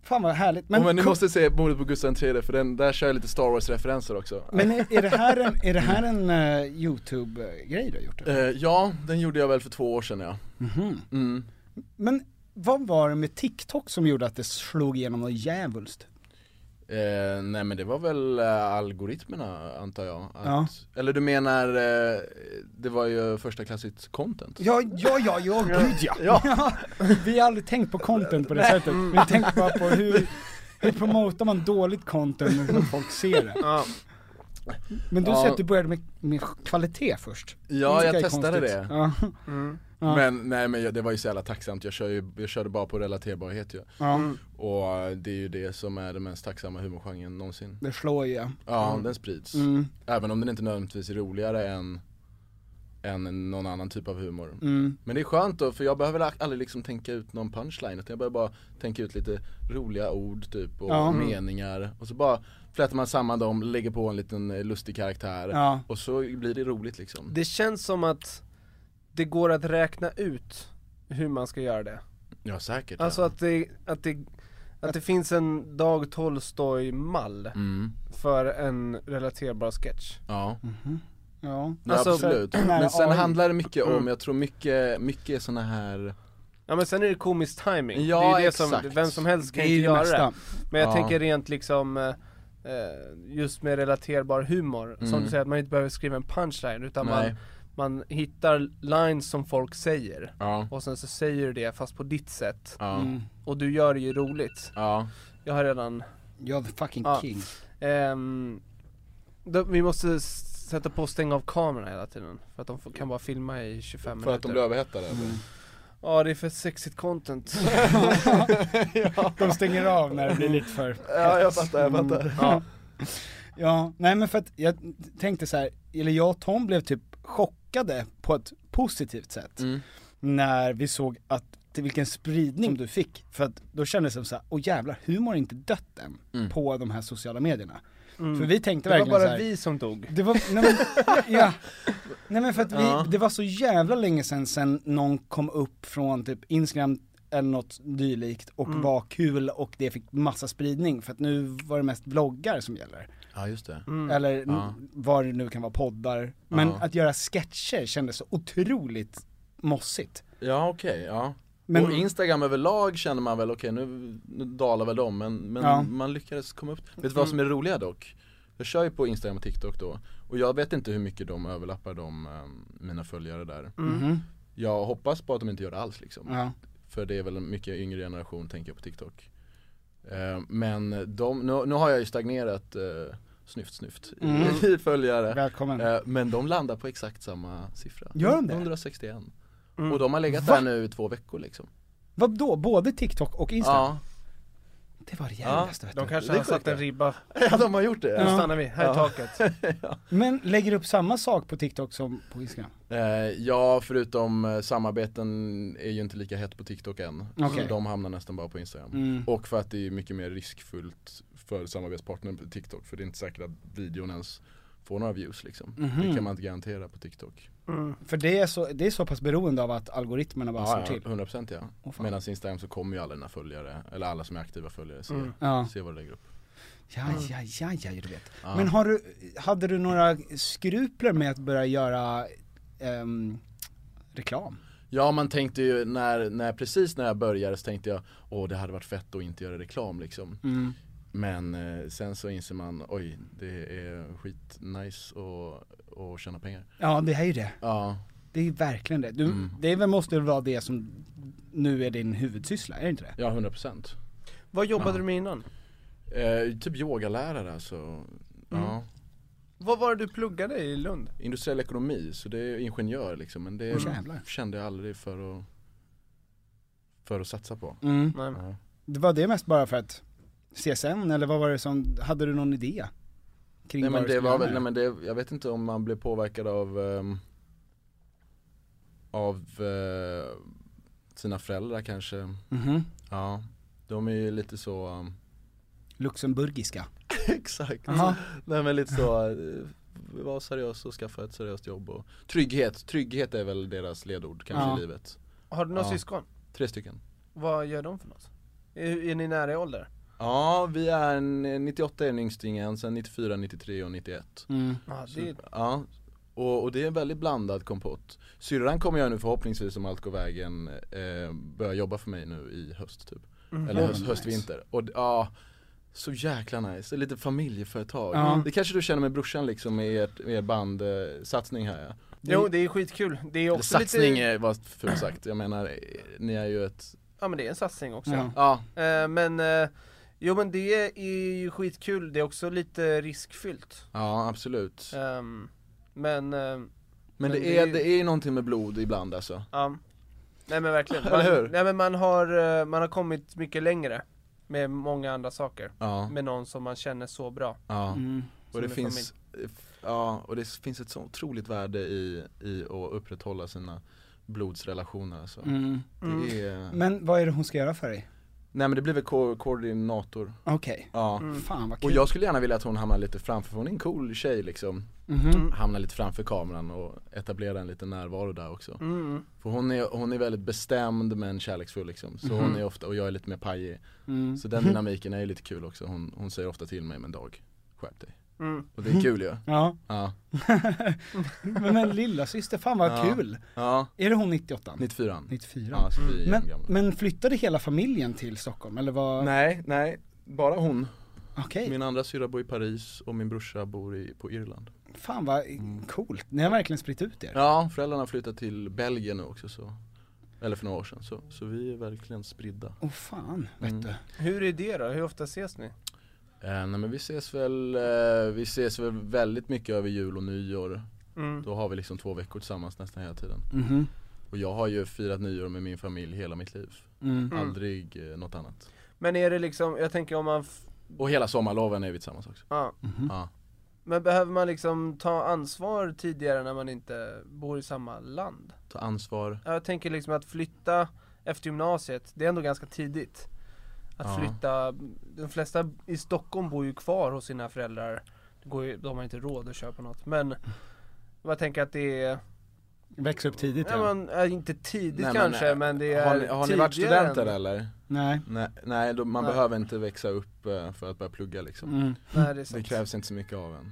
Speaker 7: Fan vad härligt.
Speaker 2: Men,
Speaker 7: Mm. Men,
Speaker 2: men ni måste se mordet på Gustav III för den, där kör jag lite Star Wars referenser också
Speaker 7: men är, är det här en, är det här en eh, YouTube-grej du har gjort?
Speaker 2: Eh, Ja, den gjorde jag väl för två år sedan ja mm.
Speaker 7: Men vad var det med TikTok som gjorde att det slog igenom något djävulskt?
Speaker 2: eh, Nej men det var väl eh, algoritmerna antar jag att,
Speaker 7: Ja.
Speaker 2: Eller du menar, eh, det var ju första klassigt content
Speaker 7: Ja, ja, ja, ja, gud ja. Vi har aldrig tänkt på content på det sättet, vi har tänkt bara på hur, hur promotar man dåligt content så att folk ser det.
Speaker 3: Ja.
Speaker 7: Men du
Speaker 2: Ja.
Speaker 7: säger att du började med, med kvalitet först.
Speaker 2: Ja,
Speaker 7: Det
Speaker 2: jag
Speaker 7: tycker är
Speaker 2: testade
Speaker 7: konstigt.
Speaker 2: det.
Speaker 7: Ja. Ja.
Speaker 2: Men nej men jag, det var ju så jävla tacksamt, jag, kör ju, jag körde bara på relaterbarhet ju.
Speaker 7: Ja.
Speaker 2: Och det är ju det som är den mest tacksamma humorgenren någonsin.
Speaker 7: Det slår ju.
Speaker 2: Ja,
Speaker 7: Mm.
Speaker 2: den sprids.
Speaker 7: Mm.
Speaker 2: Även om den inte nödvändigtvis är roligare än, än någon annan typ av humor.
Speaker 7: Mm.
Speaker 2: Men det är skönt då, för jag behöver väl aldrig liksom tänka ut någon punchline, utan jag behöver bara tänka ut lite roliga ord typ och
Speaker 7: Ja. Mm.
Speaker 2: meningar. Och så bara flätar man samman dem, lägger på en liten eh, lustig karaktär
Speaker 3: Ja.
Speaker 2: och så blir det roligt liksom.
Speaker 3: Det känns som att det går att räkna ut hur man ska göra det.
Speaker 2: Ja säkert. ja.
Speaker 3: Alltså att det, att det, att det finns en Dag Tolstoj-mall
Speaker 2: Mm.
Speaker 3: för en relaterbar sketch.
Speaker 2: Ja.
Speaker 7: Ja.
Speaker 2: Mhm. Ja, Alltså, [CLEARS THROAT] absolut. Men sen handlar det mycket om, jag tror mycket, mycket är såna här
Speaker 3: Ja men sen är det komisk timing.
Speaker 2: Ja,
Speaker 3: det är ju det som,
Speaker 2: exakt.
Speaker 3: vem som helst kan
Speaker 2: Det är
Speaker 3: ju
Speaker 2: ju
Speaker 3: göra
Speaker 2: det mesta.
Speaker 3: det. Men jag
Speaker 2: Ja.
Speaker 3: tänker rent liksom, eh, eh, just med relaterbar humor, som
Speaker 2: Mm.
Speaker 3: du säger att man inte behöver skriva en punchline utan man,
Speaker 2: Nej.
Speaker 3: man hittar lines som folk säger.
Speaker 2: Ja.
Speaker 3: Och sen så säger du det fast på ditt sätt.
Speaker 2: Ja. Mm.
Speaker 3: Och du gör det ju roligt. Jag har redan...
Speaker 7: You're the fucking king.
Speaker 3: Ehm, då, vi måste s- sätta på och stänga av kamerorna hela tiden. För att de får, kan bara filma i 25 minuter.
Speaker 2: För att de blir överhettade eller?
Speaker 3: Ja det är för
Speaker 2: [LAUGHS]
Speaker 3: sexigt content
Speaker 7: De stänger av när det blir lite för
Speaker 2: Ja, jag fattar, jag
Speaker 7: Mm.
Speaker 2: fattar.
Speaker 7: Ja. ja, nej men för att jag tänkte så här, eller jag och Tom blev typ chockade på ett positivt sätt När vi såg att, till vilken spridning du fick, för att då kändes det som så här, åh jävlar, humor har inte dött än på de här sociala medierna
Speaker 3: Mm.
Speaker 7: För vi tänkte
Speaker 3: Det var
Speaker 7: verkligen
Speaker 3: bara
Speaker 7: så här,
Speaker 3: vi som dog.
Speaker 7: Det var, nej men, ja. Nej men för att vi,
Speaker 3: Ja.
Speaker 7: det var så jävla länge sedan sen någon kom upp från typ Instagram eller något dylikt och
Speaker 3: Mm.
Speaker 7: var kul och det fick massa spridning för att nu var det mest bloggar som gäller.
Speaker 2: Ja just det.
Speaker 7: Eller n-
Speaker 2: Mm. ja.
Speaker 7: vad det nu kan vara, poddar. Men
Speaker 2: Ja.
Speaker 7: att göra sketcher kändes så otroligt mossigt.
Speaker 2: Ja okej, ja.
Speaker 7: Men-
Speaker 2: och Instagram överlag känner man väl, okej nu, nu dalar väl de men, men
Speaker 7: Ja. Mm.
Speaker 2: man lyckades komma upp Vet du vad som är roliga dock? Jag kör ju på Instagram och TikTok då och jag vet inte hur mycket de överlappar de, eh, mina följare där
Speaker 7: Mhm.
Speaker 2: Jag hoppas på att de inte gör det alls liksom
Speaker 7: Ja.
Speaker 2: För det är väl en mycket yngre generation tänker jag på TikTok Eh, Men de, nu, nu har jag ju stagnerat eh, snyft snyft i-
Speaker 7: Mm.
Speaker 2: i [LAUGHS] följare
Speaker 7: Välkommen.
Speaker 2: Eh, Men de landar på exakt samma siffra
Speaker 7: Gör de det?
Speaker 2: 161 Och de har legat
Speaker 7: Va?
Speaker 2: där nu i två veckor liksom
Speaker 7: Vad då? Både TikTok och Instagram?
Speaker 2: Ja.
Speaker 7: Det var det jävligaste vet
Speaker 3: De
Speaker 7: du.
Speaker 3: kanske
Speaker 2: Det är
Speaker 3: har satt
Speaker 2: sjukt,
Speaker 3: en
Speaker 2: ja.
Speaker 3: ribba,
Speaker 2: Ja de har gjort det
Speaker 3: nu stannar vi, här är
Speaker 2: Ja. [LAUGHS]
Speaker 3: taket
Speaker 7: Men lägger upp samma sak på TikTok som på Instagram?
Speaker 2: Eh, ja, förutom eh, samarbeten är ju inte lika hett på TikTok än.
Speaker 7: Okej.
Speaker 2: Så de hamnar nästan bara på Instagram.
Speaker 7: Mm.
Speaker 2: Och för att det är mycket mer riskfullt för samarbetspartnern på TikTok. För det är inte säkert att videon ens får några views liksom.
Speaker 7: Mhm.
Speaker 2: Det kan man inte garantera på TikTok.
Speaker 7: För det är, så, det är så pass beroende av att algoritmerna bara
Speaker 2: Ja,
Speaker 7: slår
Speaker 2: ja,
Speaker 7: till.
Speaker 2: 100% ja.
Speaker 7: Åh, fan.
Speaker 2: Medan Instagram så kommer ju alla dina följare, eller alla som är aktiva följare, se,
Speaker 3: Mm.
Speaker 7: Ja.
Speaker 2: se vad du lägger upp.
Speaker 7: Ja, ja, ja, ja, du vet.
Speaker 2: Ja.
Speaker 7: Men har du, hade du några skrupler med att börja göra ehm, reklam?
Speaker 2: Ja man tänkte ju när, när, precis när jag började så tänkte jag Åh det hade varit fett att inte göra reklam liksom
Speaker 7: Mm.
Speaker 2: Men eh, sen så inser man oj det är skitnice att, att tjäna pengar
Speaker 7: Ja, det är ju det.
Speaker 2: Ja, Mm.
Speaker 7: Det är ju verkligen det. Du, Det är väl, måste väl vara det som nu är din huvudsyssla, är det inte det?
Speaker 2: ja 100%
Speaker 3: Vad jobbade du med innan?
Speaker 2: eh, Typ yogalärare alltså
Speaker 7: Mm.
Speaker 2: Ja,
Speaker 3: Vad var det du pluggade i Lund?
Speaker 2: industriell ekonomi så det är ingenjör liksom men det
Speaker 7: Åh, jävlar.
Speaker 2: kände jag aldrig för att för att satsa på
Speaker 7: Mm.
Speaker 3: Nej.
Speaker 2: ja.
Speaker 7: Det var det mest bara för att CSN, eller vad var det som, hade du någon idé? Kring
Speaker 2: Nej
Speaker 7: vad
Speaker 2: men
Speaker 7: du
Speaker 2: det var
Speaker 7: skulle göra
Speaker 2: väl,
Speaker 7: med
Speaker 2: nej men det, jag vet inte om man blev påverkad av ehm, Av eh, sina föräldrar kanske,
Speaker 7: det? Mhm.
Speaker 2: ja De är ju lite så ehm,
Speaker 7: Luxemburgiska.
Speaker 2: [LAUGHS] Exakt,
Speaker 7: Aha.
Speaker 2: nej men lite så eh, Var seriös och skaffa ett seriöst jobb och Trygghet, trygghet är väl deras ledord kanske
Speaker 7: Ja.
Speaker 2: i livet
Speaker 3: Har du några
Speaker 2: Ja.
Speaker 3: syskon?
Speaker 2: Tre stycken
Speaker 3: Vad gör de för något? Är, är ni nära i ålder?
Speaker 2: Ja, vi är en- 98 är den yngstingen, sen 94, 93 och 91
Speaker 7: Mm.
Speaker 3: Ja,
Speaker 2: Så-
Speaker 3: det är,
Speaker 2: Ja, och, och det är en väldigt blandad kompott. Syrran kommer jag nu förhoppningsvis om allt går vägen eh, börja jobba för mig nu i höst typ.
Speaker 3: Mm.
Speaker 2: Eller höst, höstvinter. Och d- ja, så jäkla nice. Lite familjeföretag.
Speaker 7: Ja.
Speaker 2: Det kanske du känner med brorsan liksom med ert, med er bandsatsning här ja.
Speaker 3: jo det är skitkul, det är
Speaker 2: Eller
Speaker 3: också
Speaker 2: satsning
Speaker 3: lite,
Speaker 2: är- var fult sagt, jag menar eh, ni är ju ett,
Speaker 3: ja men det är en satsning också
Speaker 7: Ja.
Speaker 2: ja
Speaker 3: Eh, Men eh, Jo men det är ju skitkul, det är också lite riskfyllt.
Speaker 2: Ja, absolut.
Speaker 3: Ehm, men, ehm,
Speaker 2: Men, det, är, det är ju någonting med blod ibland alltså.
Speaker 3: Ja. Nej men verkligen.
Speaker 2: Eller
Speaker 3: Man,
Speaker 2: hur?
Speaker 3: Nej men man har, eh, man har kommit mycket längre med många andra saker.
Speaker 2: Ja.
Speaker 3: Med någon som man känner så bra.
Speaker 2: Ja.
Speaker 3: Som
Speaker 2: Mm. Och det
Speaker 3: är
Speaker 2: finns, ja, och det finns ett så otroligt värde i, i att upprätthålla sina blodsrelationer alltså.
Speaker 7: Mm.
Speaker 2: Det är,
Speaker 7: Men vad är det hon ska göra för dig?
Speaker 2: nej men det blev väl ko- koordinator.
Speaker 7: Okej.
Speaker 2: Ja.
Speaker 7: Mm. Fan, vad
Speaker 2: och
Speaker 7: kul.
Speaker 2: jag skulle gärna vilja att hon hamnar lite framför, för hon är en cool tjej liksom.
Speaker 7: Mhm.
Speaker 2: Hamnar lite framför kameran och etablerar en liten närvaro där också.
Speaker 3: Mm.
Speaker 2: För hon är, hon är väldigt bestämd men kärleksfull liksom. Så
Speaker 7: Mhm.
Speaker 2: hon är ofta, och jag är lite mer pajig.
Speaker 7: Mm.
Speaker 2: Så den dynamiken är ju lite kul också. Hon, hon säger ofta till mig, men Dag, skärp dig.
Speaker 3: Mm.
Speaker 2: Och det är kul ju.
Speaker 7: Ja.
Speaker 2: Ja.
Speaker 7: [LAUGHS] Men, men lilla syster, fan vad
Speaker 2: Ja.
Speaker 7: kul!
Speaker 2: Ja.
Speaker 7: Är det hon 98?
Speaker 2: 94.
Speaker 7: 94.
Speaker 2: Ja, så vi är
Speaker 7: Mm. men,
Speaker 2: gamla.
Speaker 7: men flyttade hela familjen till Stockholm eller var?
Speaker 2: Nej, nej, bara hon.
Speaker 7: Okej.
Speaker 2: Min andra syrra bor i Paris och min brorsa bor i, på Irland.
Speaker 7: Fan vad coolt, ni har verkligen spritt ut er.
Speaker 2: Mm. Ja, föräldrarna flyttade till Belgien nu också så. Eller för några år sedan, så, så vi är verkligen spridda.
Speaker 7: Åh oh, fan,
Speaker 2: vet
Speaker 7: du.
Speaker 3: Hur är det då? Hur ofta ses ni?
Speaker 2: Eh, nej men vi ses väl, eh, vi ses väl väldigt mycket över jul och nyår.
Speaker 3: Mm.
Speaker 2: Då har vi liksom två veckor tillsammans nästan hela tiden.
Speaker 7: Mhm.
Speaker 2: Och jag har ju firat nyår med min familj hela mitt liv.
Speaker 7: Mm.
Speaker 2: Aldrig eh, något annat.
Speaker 3: Men är det liksom, jag tänker om man, f-
Speaker 2: Och hela sommarloven är vi tillsammans också.
Speaker 3: ja.
Speaker 7: Mhm.
Speaker 2: Ja.
Speaker 3: Men behöver man liksom ta ansvar tidigare när man inte bor i samma land?
Speaker 2: Ta ansvar.
Speaker 3: Ja, Jag tänker liksom att flytta efter gymnasiet, det är ändå ganska tidigt. Att
Speaker 2: Ja.
Speaker 3: flytta, de flesta i Stockholm bor ju kvar hos sina föräldrar. Det går ju, de har inte råd att köpa
Speaker 2: [LAUGHS]
Speaker 3: något men jag tänker att det är,
Speaker 7: Växa upp tidigt
Speaker 3: ja, man, ja, inte tidigt
Speaker 2: Nej, men,
Speaker 3: kanske
Speaker 2: eh,
Speaker 3: men, det är
Speaker 2: har ni, har ni varit
Speaker 3: tidigare
Speaker 2: studenter
Speaker 3: än-
Speaker 2: eller?
Speaker 7: Nej.
Speaker 2: Nej, nej då, man
Speaker 3: Nej.
Speaker 2: behöver inte växa upp eh, för att börja plugga liksom.
Speaker 7: Mm.
Speaker 3: Nej, det är
Speaker 2: det
Speaker 3: sant.
Speaker 2: krävs inte så mycket av en.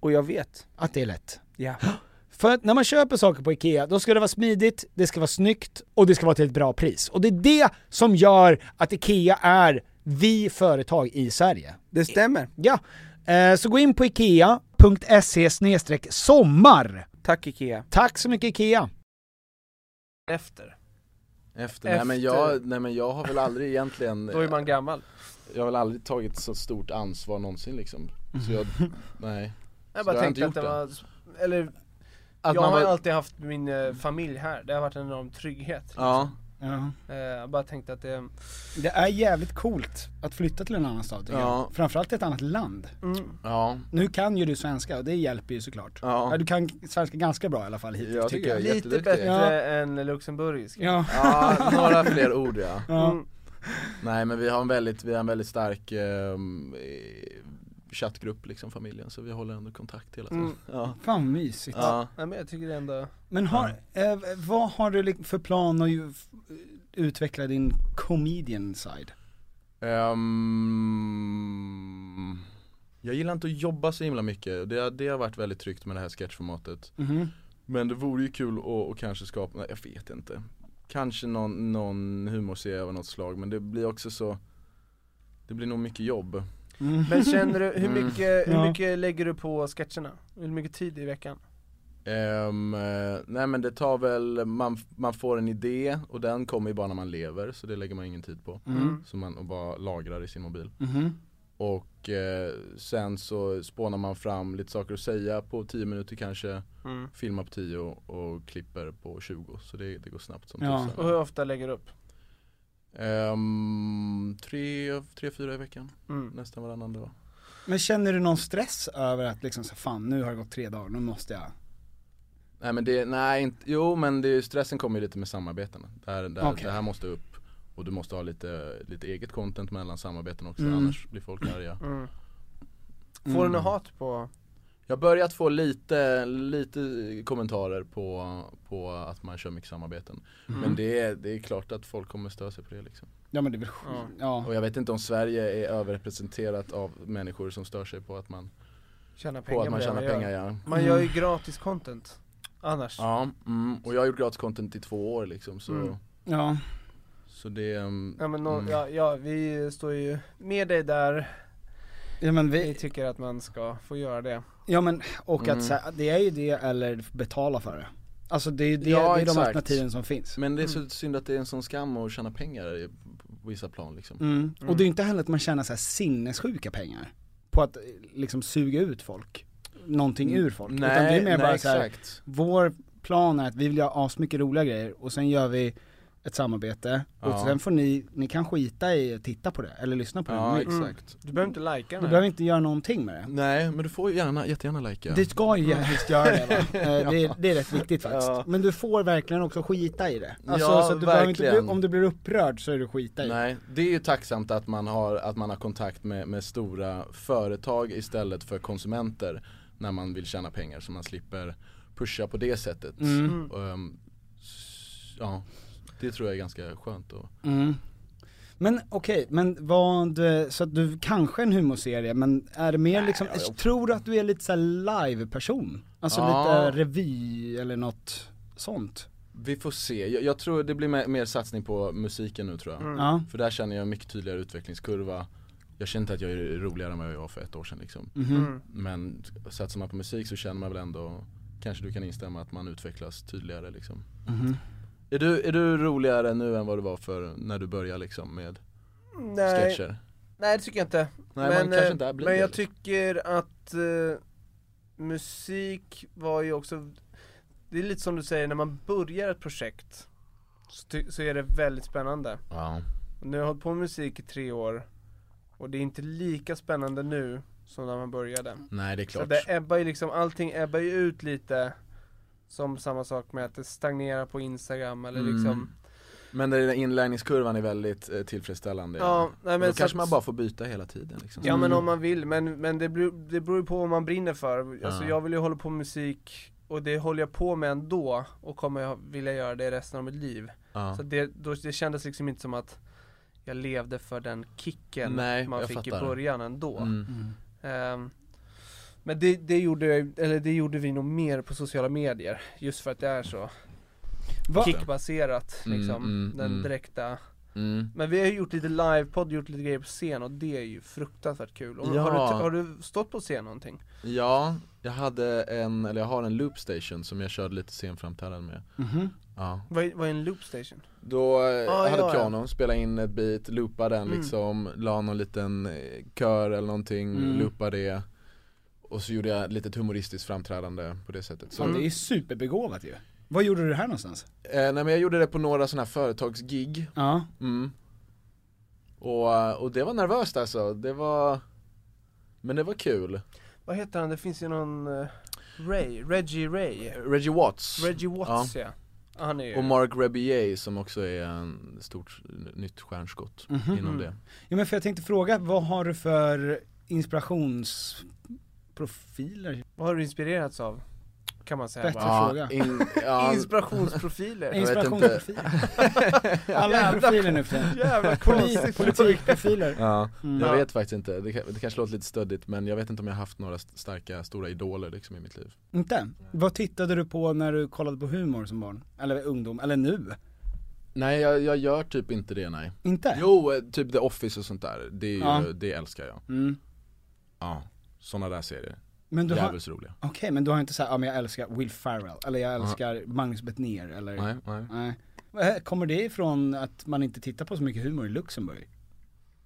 Speaker 3: Och jag vet.
Speaker 1: Att det är lätt.
Speaker 3: Ja.
Speaker 1: För att när man köper saker på IKEA, då ska det vara smidigt, det ska vara snyggt och det ska vara till ett bra pris. Och det är det som gör att IKEA är vi företag i Sverige.
Speaker 3: Det stämmer.
Speaker 1: Ja, eh, så gå in på IKEA.se sommar.
Speaker 3: Tack IKEA.
Speaker 1: Tack så mycket IKEA.
Speaker 3: Efter.
Speaker 2: Efter, Nej, men jag, nej men jag har väl aldrig egentligen
Speaker 3: [LAUGHS] Då är man gammal.
Speaker 2: Jag har väl aldrig tagit så stort ansvar någonsin liksom. Så jag,
Speaker 3: Mm.
Speaker 2: nej.
Speaker 3: Jag
Speaker 2: Så jag
Speaker 3: bara
Speaker 2: har inte
Speaker 3: tänkte att
Speaker 2: gjort
Speaker 3: det
Speaker 2: det.
Speaker 3: var, eller
Speaker 2: Att
Speaker 3: jag
Speaker 2: man
Speaker 3: har
Speaker 2: var-
Speaker 3: alltid haft min eh, familj här, det har varit en enorm trygghet.
Speaker 2: Ja,
Speaker 7: Ja.
Speaker 3: Eh, jag bara tänkte att det, mm,
Speaker 7: Det är jävligt coolt att flytta till en annan stad tycker
Speaker 2: Ja.
Speaker 7: jag. Framförallt till ett annat land.
Speaker 3: [LAUGHS]
Speaker 2: Ja,
Speaker 7: Nu kan ju du svenska och det hjälper ju såklart.
Speaker 2: Ja.
Speaker 7: Du kan svenska ganska bra i alla fall hittills
Speaker 2: jag tycker jag
Speaker 7: tycker
Speaker 2: är
Speaker 7: jag.
Speaker 3: lite
Speaker 2: jätteduktig.
Speaker 3: bättre
Speaker 7: Ja.
Speaker 3: än luxemburgisk. Mm.
Speaker 7: Ja.
Speaker 2: Ja, några fler ord ja.
Speaker 7: Ja.
Speaker 2: Nej men vi har en väldigt, vi har en väldigt stark eh, chattgrupp liksom familjen så vi håller ändå kontakt hela tiden.
Speaker 3: Mm.
Speaker 2: Ja.
Speaker 7: Fan mysigt.
Speaker 2: Ja.
Speaker 3: Nej, men jag tycker det ändå,
Speaker 7: Men har, eh, vad har du lik- för plan att ju f- utveckla din comedian side?
Speaker 2: Ehm, jag gillar inte att jobba så himla mycket, det, har- det har varit väldigt tryggt med det här sketchformatet. Men det vore ju kul att, att kanske skapa, nej, jag vet inte. Kanske någon, någon humorserie av något slag men det blir också så, det blir nog mycket jobb.
Speaker 3: men känner du, hur
Speaker 2: Mm.
Speaker 3: mycket, hur
Speaker 7: Ja.
Speaker 3: mycket lägger du på sketcherna? Hur mycket tid i veckan?
Speaker 2: Ehm, eh, nej men det tar väl, man, man får en idé och den kommer ju bara när man lever så det lägger man ingen tid på. Så man och bara lagrar i sin mobil. Och eh, sen så spånar man fram lite saker att säga på 10 minuter kanske,
Speaker 3: Mm.
Speaker 2: filmar på 10 och klipper på 20 så det, det går snabbt som
Speaker 7: Ja.
Speaker 3: Och
Speaker 2: tusan.
Speaker 3: hur ofta lägger du upp?
Speaker 2: Ehm, tre, tre, fyra i veckan,
Speaker 3: Mm.
Speaker 2: nästan varannan dag.
Speaker 7: Men känner du någon stress över att liksom så, fan nu har det gått tre dagar, nu måste jag
Speaker 2: Nej men det, nej inte, jo men det, är- stressen kommer ju lite med samarbetena. Där, där,
Speaker 7: Okej.
Speaker 2: Det här måste upp och du måste ha lite, lite eget content mellan samarbeten också
Speaker 7: Mm.
Speaker 2: annars blir folk arga.
Speaker 3: Mm.
Speaker 2: Mm.
Speaker 3: Får du något hat på,
Speaker 2: Jag har börjat få lite, lite kommentarer på, på att man kör mycket samarbeten.
Speaker 3: Mm.
Speaker 2: Men det är, det är klart att folk kommer störa sig på det liksom.
Speaker 7: Ja men det är väl sk-
Speaker 3: Ja.
Speaker 7: ja.
Speaker 2: Och jag vet inte om Sverige är överrepresenterat av människor som stör sig på att man,
Speaker 3: tjäna pengar
Speaker 2: på att man
Speaker 3: på det
Speaker 2: tjänar
Speaker 3: man gör?
Speaker 2: pengar ja.
Speaker 3: Man gör ju gratis content annars.
Speaker 2: Ja, mm. och jag har gjort gratis content i två år liksom så,
Speaker 3: Mm.
Speaker 7: ja.
Speaker 2: så det, mm,
Speaker 3: Ja, men nå-
Speaker 2: Mm.
Speaker 3: ja, ja, vi står ju med dig där,
Speaker 7: Ja men
Speaker 3: vi
Speaker 7: vi,
Speaker 3: tycker att man ska få göra det.
Speaker 7: ja men och
Speaker 2: Mm.
Speaker 7: att så här, det är ju det eller betala för det. Alltså det är ju det,
Speaker 2: Ja,
Speaker 7: det är
Speaker 2: exakt.
Speaker 7: de alternativen som finns.
Speaker 2: Men det är så synd att det är en sån skam att tjäna pengar i- på vissa plan liksom.
Speaker 7: Mm. Och det är ju inte heller att man tjänar så här sinnessjuka pengar på att eh, liksom suga ut folk, någonting
Speaker 2: Mm.
Speaker 7: ur folk. Utan det är mer bara så här,
Speaker 2: exakt.
Speaker 7: vår plan är att vi vill göra asmycket roliga grejer och sen gör vi ett samarbete
Speaker 2: Ja.
Speaker 7: och sen får ni, ni kan skita i att titta på det eller lyssna på det
Speaker 2: Ja,
Speaker 7: om ni vill.
Speaker 2: exakt.
Speaker 3: Du behöver inte lajka
Speaker 7: Du
Speaker 3: den
Speaker 7: behöver
Speaker 3: här.
Speaker 7: inte göra någonting med det.
Speaker 2: Nej, men du får ju gärna, jättegärna likea.
Speaker 7: Det ska ju helst göra det va?
Speaker 2: [LAUGHS]
Speaker 7: Eh, det, är, det är rätt viktigt faktiskt.
Speaker 2: Ja.
Speaker 7: Men du får verkligen också skita i det. Alltså,
Speaker 2: Ja,
Speaker 7: så att du behöver inte
Speaker 2: verkligen.
Speaker 7: bli, om du blir upprörd så är du skita i det.
Speaker 2: Nej, det är ju tacksamt att man har, att man har kontakt med, med stora företag istället för konsumenter när man vill tjäna pengar så man slipper pusha på det sättet.
Speaker 7: Mm.
Speaker 2: Ehm, s- ja, det tror jag är ganska skönt och,
Speaker 7: Mm. Men okej, men vad, eh, så att du kanske är en humorserie men är det mer liksom,
Speaker 2: jag-
Speaker 7: tror du att du är lite såhär live-person? Alltså
Speaker 2: Ja.
Speaker 7: lite revy eller något sånt?
Speaker 2: vi får se. Jag, jag tror det blir mer, mer satsning på musiken nu tror jag.
Speaker 7: Ja,
Speaker 2: För där känner jag en mycket tydligare utvecklingskurva Jag känner inte att jag är roligare än vad jag var för ett år sedan liksom.
Speaker 7: Mhm.
Speaker 3: Mm.
Speaker 2: Men satsar man på musik så känner man väl ändå Kanske du kan instämma att man utvecklas tydligare liksom
Speaker 7: Mhm.
Speaker 2: är, du, är du roligare nu än vad du var för när du började liksom med
Speaker 3: Nej,
Speaker 2: sketcher?
Speaker 3: nej det tycker jag inte.
Speaker 2: Nej, man
Speaker 3: men
Speaker 2: kanske
Speaker 3: eh,
Speaker 2: inte blir
Speaker 3: men
Speaker 2: det,
Speaker 3: jag
Speaker 2: liksom.
Speaker 3: tycker att eh, musik var ju också, det är lite som du säger, när man börjar ett projekt så, ty- så är det väldigt spännande.
Speaker 2: Ja,
Speaker 3: Och Nu har jag hållit på med musik i tre år och det är inte lika spännande nu som när man började.
Speaker 2: nej det är
Speaker 3: Så
Speaker 2: klart
Speaker 3: det ebbar ju liksom, allting ebbar ju ut lite Som samma sak med att det stagnerar på instagram eller
Speaker 2: Mm.
Speaker 3: liksom
Speaker 2: Men den där inlärningskurvan är väldigt eh, tillfredsställande
Speaker 3: Ja, nej men
Speaker 2: Då
Speaker 3: så
Speaker 2: kanske
Speaker 3: att-
Speaker 2: man bara får byta hela tiden liksom
Speaker 3: Ja men om man vill, men, men det, beror, det beror ju på vad man brinner för Alltså
Speaker 2: Ja.
Speaker 3: jag vill ju hålla på med musik och det håller jag på med ändå och kommer jag vilja göra det resten av mitt liv
Speaker 2: Ja.
Speaker 3: Så det, då, det kändes liksom inte som att jag levde för den kicken
Speaker 2: Nej,
Speaker 3: man
Speaker 2: jag
Speaker 3: fick i
Speaker 2: fattar.
Speaker 3: början ändå
Speaker 2: Mm.
Speaker 7: Mhm.
Speaker 3: Ehm, Men det, det gjorde jag, eller det gjorde vi nog mer på sociala medier Just för att det är så
Speaker 7: Va,
Speaker 3: kickbaserat
Speaker 2: Mm,
Speaker 3: liksom,
Speaker 2: mm,
Speaker 3: den
Speaker 2: mm.
Speaker 3: direkta
Speaker 2: Mm.
Speaker 3: Men vi har ju gjort lite livepodd, gjort lite grejer på scen och det är ju fruktansvärt kul och
Speaker 2: Ja.
Speaker 3: har, du, har du stått på scen någonting?
Speaker 2: Ja, jag hade en, eller jag har en loopstation som jag körde lite scenframträdande med
Speaker 7: Mhm.
Speaker 2: Ja,
Speaker 3: Vad är, vad är en loopstation?
Speaker 2: då eh,
Speaker 3: Ah,
Speaker 2: hade
Speaker 3: ja, ja.
Speaker 2: pianon, spelade in ett beat, loopade den
Speaker 3: Mm.
Speaker 2: liksom, la någon liten eh, kör eller någonting,
Speaker 7: Mm.
Speaker 2: loopade det Och så gjorde jag ett litet humoristiskt framträdande på det sättet så,
Speaker 3: Mm.
Speaker 7: fan, det är ju superbegåvat ju. Vad gjorde du här någonstans?
Speaker 2: Eh, nej men jag gjorde det på några sådana här företagsgig.
Speaker 7: Ja.
Speaker 2: Mm. Och, eh, och det var nervöst alltså, det var Men det var kul
Speaker 3: Vad heter han? Det finns ju någon eh, Ray, Reggie Ray
Speaker 2: Reggie Watts
Speaker 3: Reggie Watts ja, Ja, Han är ju
Speaker 2: Och Mark Rebier som också är en stort nytt stjärnskott
Speaker 7: Mhm.
Speaker 2: inom det
Speaker 7: Ja men för jag tänkte fråga, vad har du för inspirationsprofiler?
Speaker 3: Vad har du inspirerats av? Kan man säga
Speaker 2: [LAUGHS]
Speaker 7: Bättre
Speaker 3: bara.
Speaker 7: fråga.
Speaker 2: in, ja,
Speaker 3: Inspirationsprofiler
Speaker 2: vet inte.
Speaker 7: Inspirationsprofiler? Alla är
Speaker 3: Jävla-
Speaker 7: profiler nu för tiden.
Speaker 3: [LAUGHS] Jävla
Speaker 7: Polit,
Speaker 3: konstigt
Speaker 7: politikprofiler.
Speaker 2: ja,
Speaker 7: Mm.
Speaker 2: jag vet faktiskt inte, det, kan- det kanske låter lite stöddigt men jag vet inte om jag haft några st- starka, stora idoler liksom i mitt liv
Speaker 7: Inte? Vad tittade du på när du kollade på humor som barn? Eller ungdom? Eller nu?
Speaker 2: Nej jag, jag gör typ inte det nej
Speaker 7: Inte?
Speaker 2: Jo, eh, typ The Office och sånt där, det, är ju,
Speaker 7: Ja.
Speaker 2: det älskar jag
Speaker 7: Mm.
Speaker 2: Ja, sådana där serier,
Speaker 7: Men du har, okej
Speaker 2: jävligt roliga
Speaker 7: men du har inte såhär, ja men jag älskar Will Ferrell, eller jag älskar Magnus Bettner eller
Speaker 2: Nej, nej,
Speaker 7: Nej. Eh, Kommer det ifrån att man inte tittar på så mycket humor i Luxemburg?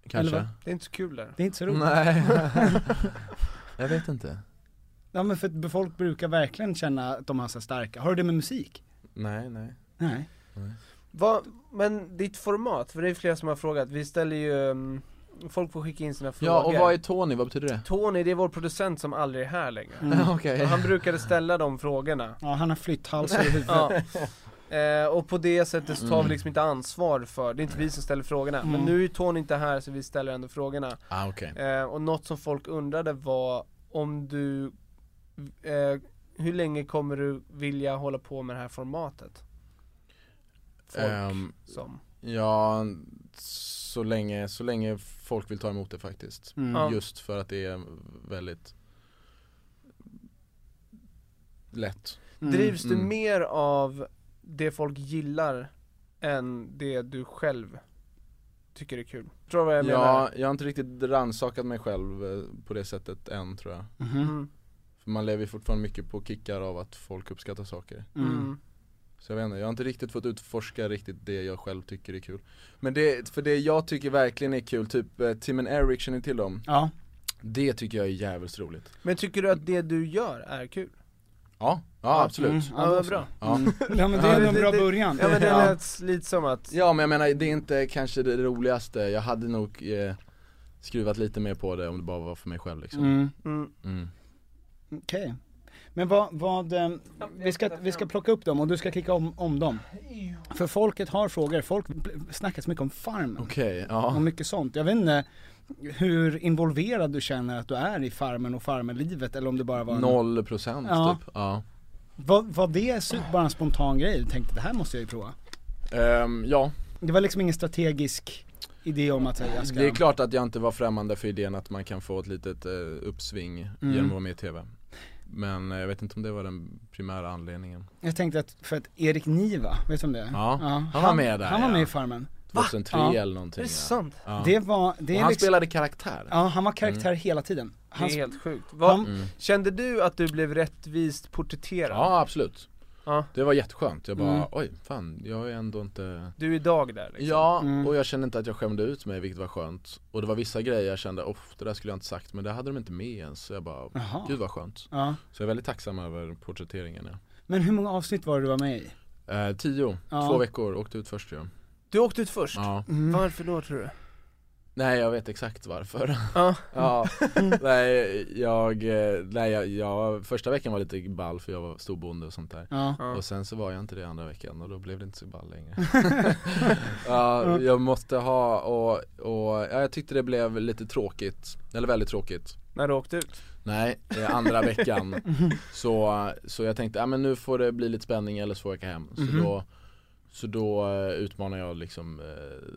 Speaker 2: kanske
Speaker 7: vad?
Speaker 3: Det är inte så kul där
Speaker 7: Det är inte så roligt.
Speaker 2: Nej [LAUGHS] Jag vet inte
Speaker 7: Ja men för att folk brukar verkligen känna att de har så starka, har du det med musik?
Speaker 2: Nej, nej
Speaker 7: Nej.
Speaker 3: Vad, men ditt format, för det är flera som har frågat, vi ställer ju, mm, folk får skicka in sina frågor
Speaker 2: Ja, och vad är Tony, vad betyder det?
Speaker 3: Tony, det är vår producent som aldrig är här längre
Speaker 2: Mm. [LAUGHS] Okej
Speaker 3: Han brukade ställa de frågorna
Speaker 7: Ja han har flytthalsar i huvudet.
Speaker 3: [LAUGHS] ja. eh, Och på det sättet så tar vi liksom inte ansvar för, det är inte vi som ställer frågorna Men nu är ju Tony inte här så vi ställer ändå frågorna
Speaker 2: Ah okej
Speaker 3: eh, Och något som folk undrade var om du, eh, hur länge kommer du vilja hålla på med det här formatet? Folk
Speaker 2: Ehm,
Speaker 3: som
Speaker 2: Ja, så länge, så länge folk vill ta emot det faktiskt
Speaker 3: Ja.
Speaker 2: Just för att det är väldigt lätt
Speaker 3: Drivs du
Speaker 2: mm.
Speaker 3: mer av det folk gillar än det du själv tycker är kul? Tror du vad jag menar?
Speaker 2: Ja, jag har inte riktigt rannsakat mig själv eh, på det sättet än tror jag
Speaker 7: Mhm,
Speaker 3: Mm.
Speaker 2: För man lever ju fortfarande mycket på kickar av att folk uppskattar saker
Speaker 3: Mm.
Speaker 2: Så jag vet inte, jag har inte riktigt fått utforska riktigt det jag själv tycker är kul Men det, för det jag tycker verkligen är kul, typ eh, Tim and Eric, känner ni till dem?
Speaker 7: Ja.
Speaker 2: Det tycker jag är jävligt roligt
Speaker 3: Men tycker du att det du gör är kul?
Speaker 2: Ja, ja absolut
Speaker 7: Mm,
Speaker 3: Ja,
Speaker 7: då
Speaker 3: vad
Speaker 7: så.
Speaker 3: bra.
Speaker 2: Ja.
Speaker 7: Ja men det är
Speaker 3: Ja,
Speaker 7: en
Speaker 3: det-
Speaker 7: bra
Speaker 3: det-
Speaker 7: början.
Speaker 3: Ja men det
Speaker 7: Ja.
Speaker 3: lät lite som att,
Speaker 2: ja men jag menar, det är inte kanske det roligaste, jag hade nog eh, skruvat lite mer på det om det bara var för mig själv liksom
Speaker 7: Mm.
Speaker 3: mm,
Speaker 2: Mm.
Speaker 7: Okej. Men vad, vad, ehm, vi ska, vi ska plocka upp dem och du ska klicka om, om dem. För folket har frågor, folk bl- snackar så mycket om Farmen
Speaker 2: Okej,
Speaker 7: och
Speaker 2: ja
Speaker 7: mycket sånt. Jag vet inte hur involverad du känner att du är i Farmen och Farmenlivet eller om det bara var en...
Speaker 2: Noll procent
Speaker 7: Ja.
Speaker 2: typ, ja
Speaker 7: Var, var det su- bara en spontan grej? Du tänkte det här måste jag ju prova.
Speaker 2: Ehm, Ja,
Speaker 7: Det var liksom ingen strategisk idé om att säga jag ska...
Speaker 2: det är klart att jag inte var främmande för idén att man kan få ett litet eh, uppsving
Speaker 7: Mm.
Speaker 2: genom att vara med i TV Men eh, jag vet inte om det var den primära anledningen
Speaker 7: Jag tänkte att, för att Erik Niva, vet du om det är?
Speaker 2: Ja, han var med där,
Speaker 7: Han var
Speaker 2: ja.
Speaker 7: med i Farmen.
Speaker 2: 2003
Speaker 7: Ja.
Speaker 2: eller någonting
Speaker 3: är det
Speaker 2: ja.
Speaker 3: sant?
Speaker 2: Ja.
Speaker 7: Det var, det
Speaker 2: Och
Speaker 7: är
Speaker 2: han Mm.
Speaker 7: liksom...
Speaker 2: spelade karaktär
Speaker 7: Ja, han var karaktär hela tiden.
Speaker 3: Det är
Speaker 7: Han
Speaker 3: helt sjukt. Vad,
Speaker 7: Han-
Speaker 2: Mm.
Speaker 3: Kände du att du blev rättvist porträtterad?
Speaker 2: Ja absolut
Speaker 3: Ja.
Speaker 2: Det var jätteskönt, jag bara
Speaker 7: Mm.
Speaker 2: oj fan jag är ändå inte
Speaker 3: Du är idag där liksom?
Speaker 2: Ja,
Speaker 7: Mm.
Speaker 2: och jag kände inte att jag skämde ut mig vilket var skönt Och det var vissa grejer jag kände, oh, det där skulle jag inte sagt men det hade de inte med ens Så jag bara,
Speaker 7: Jaha.
Speaker 2: gud vad skönt
Speaker 7: Ja.
Speaker 2: Så jag är väldigt tacksam över porträtteringen ja.
Speaker 7: Men hur många avsnitt var det du var med i?
Speaker 2: eh, Tio,
Speaker 7: Ja.
Speaker 2: två veckor, åkte ut först ju
Speaker 3: Du åkte ut först?
Speaker 2: ja.
Speaker 7: Mm.
Speaker 3: Varför då tror du?
Speaker 2: Nej jag vet exakt varför
Speaker 3: Ja.
Speaker 2: [LAUGHS] ja. Nej, jag, eh, nej jag, jag, första veckan var lite ball för jag var storbonde och sånt där
Speaker 7: Ja.
Speaker 3: Ja.
Speaker 2: Och sen så var jag inte det andra veckan och då blev det inte så ball längre
Speaker 7: [LAUGHS]
Speaker 2: ja, Jag måste ha och, och ja, jag tyckte det blev lite tråkigt, eller väldigt tråkigt
Speaker 3: När du åkte ut?
Speaker 2: Nej, eh, andra
Speaker 7: [LAUGHS]
Speaker 2: veckan så, så jag tänkte, ja men nu får det bli lite spänning eller så får jag åka hem Så
Speaker 7: Mhm.
Speaker 2: då, så då eh, utmanar jag liksom eh,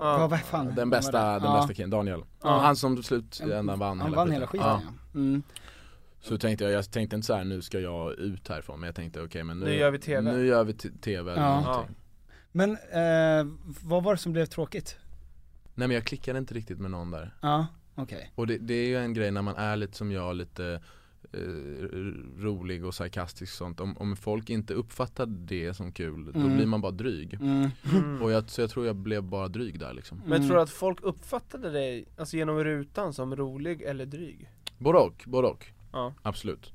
Speaker 7: Ja, vad fan vad
Speaker 2: den
Speaker 7: var
Speaker 2: bästa,
Speaker 7: det?
Speaker 2: den
Speaker 7: ja.
Speaker 2: bästa killen, Daniel. Han som till slut ändan vann
Speaker 7: Han
Speaker 2: hela
Speaker 7: vann
Speaker 2: skiten.
Speaker 7: hela skiten ja. Mm.
Speaker 2: Så tänkte jag, jag tänkte inte så här nu ska jag ut härifrån men jag tänkte okej men nu,
Speaker 3: Nu gör vi TV.
Speaker 2: Nu gör vi t- TV eller
Speaker 7: Ja.
Speaker 2: någonting.
Speaker 7: Men, eh, vad var det som blev tråkigt?
Speaker 2: Nej men jag klickade inte riktigt med någon där.
Speaker 7: Ja, okej.
Speaker 2: Och det, det är ju en grej när man är lite som jag, lite eh, rolig och sarkastisk och sånt. Om, om folk inte uppfattar det som kul då blir man bara dryg.
Speaker 3: Mm.
Speaker 2: Och jag, så jag tror jag blev bara dryg där liksom.
Speaker 3: Men tror du att folk uppfattade dig, alltså genom rutan, som rolig eller drig?
Speaker 2: Både och, både och.
Speaker 3: Ja.
Speaker 2: Absolut.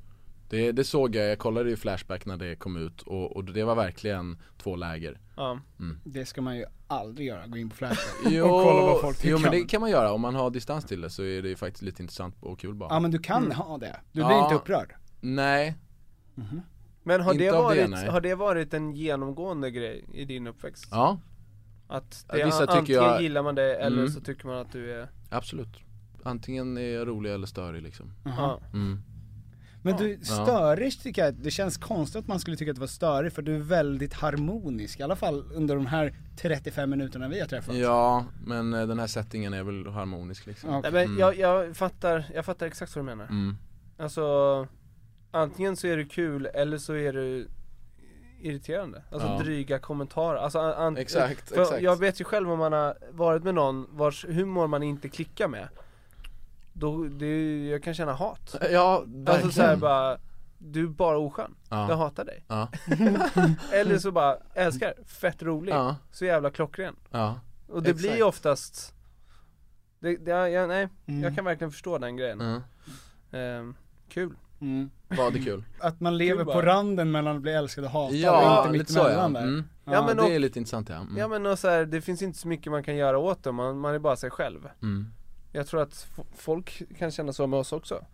Speaker 2: Det- Det, det såg jag, jag kollade ju Flashback när det kom ut och, och det var verkligen två läger.
Speaker 3: Ja.
Speaker 2: Mm.
Speaker 7: Det ska man ju aldrig göra, gå in på Flashback
Speaker 2: [LAUGHS] Jo,
Speaker 7: och kolla vad folk tycker.
Speaker 2: jo men det kan man göra, om man har distans till det så är det ju faktiskt lite intressant och kul bara.
Speaker 7: Ja men du kan ha det, du blir
Speaker 2: Mm. Ja.
Speaker 7: inte upprörd.
Speaker 2: Nej,
Speaker 3: Men har
Speaker 2: Inte
Speaker 3: det,
Speaker 2: av det,
Speaker 3: varit,
Speaker 2: nej.
Speaker 3: har det varit en genomgående grej i din uppväxt?
Speaker 2: ja
Speaker 3: Att
Speaker 2: Ja,
Speaker 3: det,
Speaker 2: vissa tycker
Speaker 3: antingen
Speaker 2: jag-
Speaker 3: gillar man det eller
Speaker 2: Mm.
Speaker 3: så tycker man att du är,
Speaker 2: absolut. Antingen är jag rolig eller störig liksom.
Speaker 3: ja.
Speaker 2: Mm.
Speaker 7: Men du, störig tycker jag, det känns konstigt att man skulle tycka att det var störig för du är väldigt harmonisk, i alla fall under de här 35 minuterna vi har träffats.
Speaker 2: Ja, men eh, den här settingen är väl harmonisk liksom.
Speaker 7: Ja.
Speaker 3: Nej, men jag, jag, fattar, jag fattar exakt vad du menar.
Speaker 2: Mm.
Speaker 3: Alltså, antingen så är det kul eller så är det irriterande. Alltså
Speaker 2: Ja.
Speaker 3: dryga kommentarer. Alltså, an, an,
Speaker 2: Exakt,
Speaker 3: för
Speaker 2: exakt.
Speaker 3: Jag vet ju själv om man har varit med någon vars humor man inte klickar med. Då, det, är ju- jag kan känna hat.
Speaker 2: Ja, verkligen.
Speaker 3: Alltså såhär bara, du är bara oskön. Jag
Speaker 2: ja.
Speaker 3: hatar dig.
Speaker 2: Ja.
Speaker 3: [LAUGHS] Eller så bara, älskar, fett rolig.
Speaker 2: Ja.
Speaker 3: Så jävla klockren.
Speaker 2: ja,
Speaker 3: Och det blir
Speaker 2: Exakt.
Speaker 3: ju oftast, det, det, ja, ja, nej,
Speaker 2: Mm.
Speaker 3: jag kan verkligen förstå den grejen.
Speaker 2: ja,
Speaker 3: Ehm, kul.
Speaker 7: Mm.
Speaker 2: var det kul?
Speaker 7: Att man lever på
Speaker 3: bara-
Speaker 7: randen mellan att bli älskad och hatad och
Speaker 2: Ja,
Speaker 7: inte
Speaker 2: lite så ja.
Speaker 7: mittemellan där.
Speaker 2: Mm.
Speaker 7: Ja,
Speaker 2: Ja,
Speaker 3: men
Speaker 2: det
Speaker 3: och-
Speaker 2: är lite intressant ja. Mm.
Speaker 3: Ja men och så här, det finns inte så mycket man kan göra åt det, man, man är bara sig själv.
Speaker 2: Mm.
Speaker 3: Jag tror att f- folk kan känna så med oss också.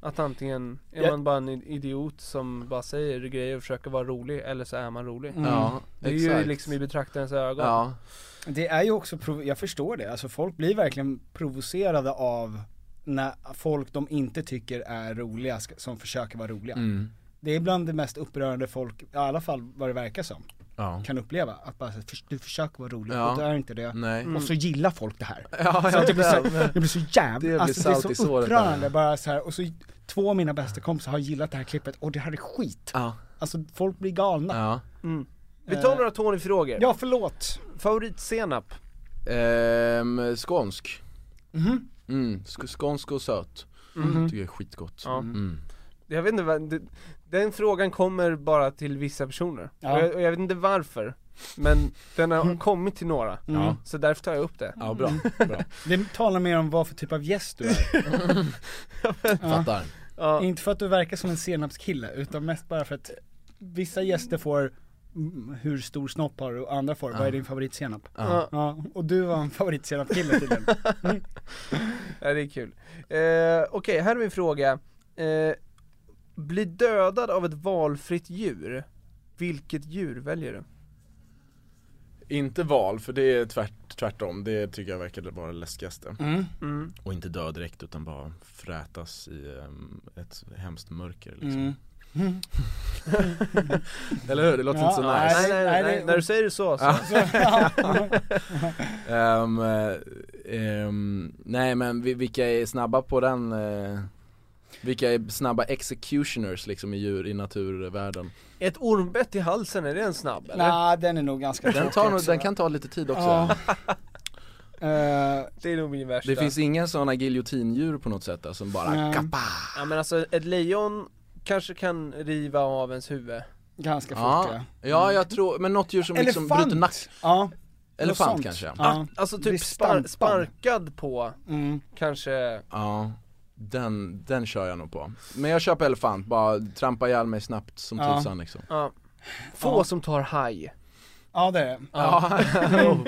Speaker 3: Att antingen är
Speaker 7: Ja.
Speaker 3: man bara en i- idiot som bara säger grejer och försöker vara rolig, eller så är man rolig.
Speaker 2: Ja,
Speaker 3: Det är
Speaker 2: exakt.
Speaker 3: ju liksom i betraktarens ögon.
Speaker 2: Ja,
Speaker 7: Det är ju också, prov- jag förstår det, alltså folk blir verkligen provocerade av när folk de inte tycker är roliga, ska- som försöker vara roliga.
Speaker 2: mm.
Speaker 7: Det är bland det mest upprörande folk, i alla fall vad det verkar som,
Speaker 2: ja.
Speaker 7: kan uppleva. Att bara, så här, "Förs- du försöker vara rolig
Speaker 2: Ja.
Speaker 7: och du är inte det.
Speaker 2: Nej.
Speaker 7: Och så gillar folk det här.
Speaker 2: [LAUGHS] Ja,
Speaker 7: Så att
Speaker 2: ja,
Speaker 7: jag blir
Speaker 2: ja,
Speaker 7: så, jag blir så jävla,
Speaker 2: Det blir
Speaker 7: alltså
Speaker 2: salt
Speaker 7: det är
Speaker 2: i
Speaker 7: så
Speaker 2: såret
Speaker 7: upprörande
Speaker 2: där.
Speaker 7: bara så här. och så två av mina bästa kompisar har gillat det här klippet och det här är skit.
Speaker 2: ja.
Speaker 7: Alltså folk blir galna. Ja,
Speaker 2: ja.
Speaker 3: Vi tar några Tony-frågor.
Speaker 7: förlåt.
Speaker 3: Favoritsenap?
Speaker 2: Ehm, skånsk. Mm, sk- skånsk och söt. Tycker jag är skitgott.
Speaker 3: Ja.
Speaker 2: Mm.
Speaker 3: Jag vet inte, vad- det- den frågan kommer bara till vissa personer.
Speaker 7: Ja. Mm.
Speaker 3: Och, jag, och jag vet inte varför, men den har kommit till några.
Speaker 2: Ja.
Speaker 3: Så därför tar jag upp det.
Speaker 2: [LAUGHS] Ja, bra. bra.
Speaker 7: Det talar mer om vad för typ av
Speaker 2: [LAUGHS]
Speaker 7: gäst du är.
Speaker 2: Fattar.
Speaker 3: Ja.
Speaker 7: Inte för att du verkar som en senapskille utan mest bara för att vissa gäster får mm, hur stor snopp har du och andra får, vad är din favoritsenap?
Speaker 2: Ja.
Speaker 7: Ja, och du var en
Speaker 2: [LAUGHS]
Speaker 7: favoritsenapskille tydligen.
Speaker 3: Ja det är kul. Eh, Okej, här är min fråga. Eh, bli dödad av ett valfritt djur. Vilket djur väljer du?
Speaker 2: Inte val, för det är tvärt, tvärtom. Det tycker jag verkar vara det läskigaste.
Speaker 7: Mm,
Speaker 2: Och inte dö direkt utan bara frätas i ehm, ett hemskt mörker
Speaker 7: Mm.
Speaker 2: liksom. [LAUGHS] Eller hur? Det låter
Speaker 7: Ja,
Speaker 2: inte så
Speaker 7: nej.
Speaker 2: nice.
Speaker 7: Nej, det-
Speaker 3: när du säger det så så.
Speaker 2: Ehm, eh, ehm, nej men vi- vilka är snabba på den? eh, vilka är snabba executioners liksom i djur i naturvärlden?
Speaker 3: Ett ormbett i halsen, är det en snabb eller?
Speaker 7: Nej, den är nog ganska
Speaker 2: Den,
Speaker 7: tråkig
Speaker 2: tar, nog-
Speaker 7: också.
Speaker 2: den kan ta lite tid också.
Speaker 7: Ja. [LAUGHS] Eh,
Speaker 3: Det är nog min värsta.
Speaker 2: Det finns ingen sådana giljotindjur på något sätt där, som bara
Speaker 7: Nej.
Speaker 2: kappa.
Speaker 3: Ja men alltså ett lejon kanske kan riva av ens huvud.
Speaker 7: Ganska fort
Speaker 2: Ja,
Speaker 7: ja.
Speaker 2: ja jag tror, men något djur som liksom bryter nack
Speaker 7: Ja, något
Speaker 2: Elefant
Speaker 7: sånt.
Speaker 2: kanske? Ja.
Speaker 7: Ja.
Speaker 3: Alltså
Speaker 7: Bli
Speaker 3: typ spar-
Speaker 7: stampad.
Speaker 3: sparkad på
Speaker 7: Mm.
Speaker 3: kanske,
Speaker 2: Den, den kör jag nog på. Men jag kör på elefant, bara trampa ihjäl mig snabbt som
Speaker 7: Ja.
Speaker 2: tusan liksom.
Speaker 3: ja. Få som tar haj.
Speaker 7: ja det är det.
Speaker 2: Ja.
Speaker 7: [LAUGHS]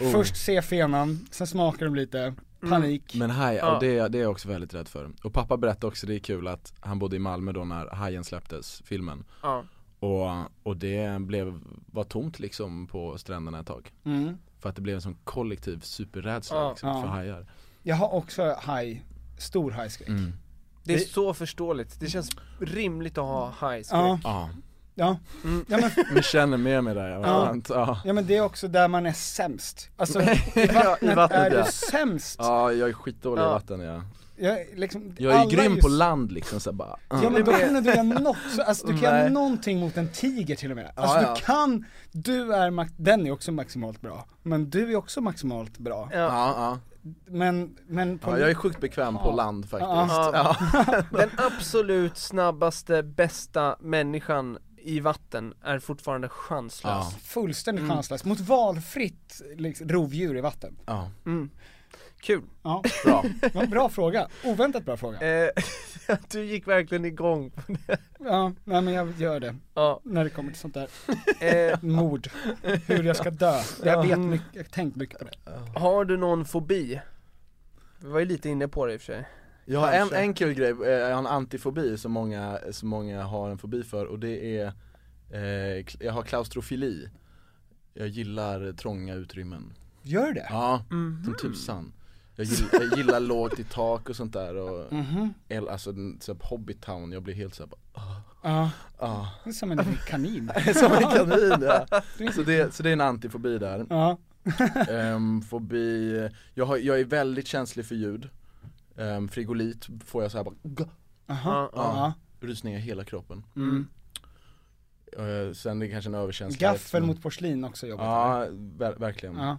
Speaker 2: Oh.
Speaker 7: Först se fenan, sen smakar de
Speaker 2: Mm.
Speaker 7: lite, panik.
Speaker 2: Men haj,
Speaker 3: Ja.
Speaker 2: och det, det är jag också väldigt rädd för. Och pappa berättade också, det är kul att han bodde i Malmö då när Hajen släpptes, filmen.
Speaker 3: Ja.
Speaker 2: Och, och det blev, var tomt liksom på stränderna ett tag.
Speaker 7: Mm.
Speaker 2: För att det blev en sån kollektiv superrädsla
Speaker 3: Ja.
Speaker 2: liksom, för
Speaker 7: Ja.
Speaker 2: hajar.
Speaker 7: Jag har också haj, stor hajskräck.
Speaker 2: Mm.
Speaker 3: Det är så förståeligt, det känns rimligt att ha haj
Speaker 7: Ja,
Speaker 2: Ja,
Speaker 7: ja.
Speaker 2: Mm.
Speaker 7: Ja, men,
Speaker 2: jag känner med mig där, ja.
Speaker 7: Ja.
Speaker 2: skönt. Ja.
Speaker 7: ja men det är också där man är sämst. Alltså
Speaker 2: [LAUGHS]
Speaker 7: i vattnet,
Speaker 2: vattnet,
Speaker 7: är
Speaker 2: ja.
Speaker 7: du sämst.
Speaker 2: ja, jag är skitdålig i
Speaker 3: Ja.
Speaker 2: vatten ja.
Speaker 7: Jag, liksom,
Speaker 2: Jag är
Speaker 7: alla
Speaker 2: ju grym på
Speaker 7: ju-
Speaker 2: land liksom så här bara,
Speaker 7: Ja men då kan du göra något, så- alltså du kan göra
Speaker 2: Nej.
Speaker 7: någonting mot en tiger till och med. Alltså
Speaker 2: Ja, ja.
Speaker 7: du kan, du är, max- den är också maximalt bra. Men du är också maximalt bra.
Speaker 2: Ja, ja.
Speaker 7: Men, men på
Speaker 2: ja, jag är sjukt bekväm på land faktiskt.
Speaker 7: Ja.
Speaker 3: Ja. [LAUGHS] Den absolut snabbaste, bästa människan i vatten är fortfarande chanslös.
Speaker 2: Ja.
Speaker 7: fullständigt chanslös mot valfritt liksom, rovdjur i vatten.
Speaker 2: Ja.
Speaker 3: Kul.
Speaker 7: Ja.
Speaker 2: Bra.
Speaker 7: Ja, bra fråga, oväntat bra fråga.
Speaker 3: Eh, du gick verkligen igång på det.
Speaker 7: Ja, nej men jag gör det.
Speaker 3: Ja.
Speaker 7: När det kommer till sånt där.
Speaker 3: Eh,
Speaker 7: Mord. Hur jag ska dö. Jag vet mycket, jag har tänkt mycket på det.
Speaker 3: har du någon fobi? Vi var ju lite inne på det i och för sig.
Speaker 2: Jag har en,
Speaker 3: Kanske.
Speaker 2: en kul grej, eh, jag har en antifobi som många, som många har en fobi för och det är, eh, kl- jag har klaustrofili Jag gillar trånga utrymmen
Speaker 7: Gör det?
Speaker 2: Ja, som tusan jag gillar, jag gillar lågt i tak och sånt där och, el, alltså den- så här på Hobbit Town, jag blir helt såhär
Speaker 7: Ja. Det är som en liten kanin.
Speaker 2: som en kanin ja. så, det, så det är en antifobi där
Speaker 7: Ja.
Speaker 2: Ehm, Fobi, jag, har, jag är väldigt känslig för ljud Ehm, Frigolit får jag såhär bara
Speaker 7: Aha. Ja. Mm.
Speaker 2: Ja. rysningar i hela kroppen. Eh, sen det är kanske en överkänslighet.
Speaker 7: Gaffel
Speaker 2: men-
Speaker 7: mot porslin också jobbigt. eller?
Speaker 2: Mm. Ja, ver- verkligen.
Speaker 7: Ja.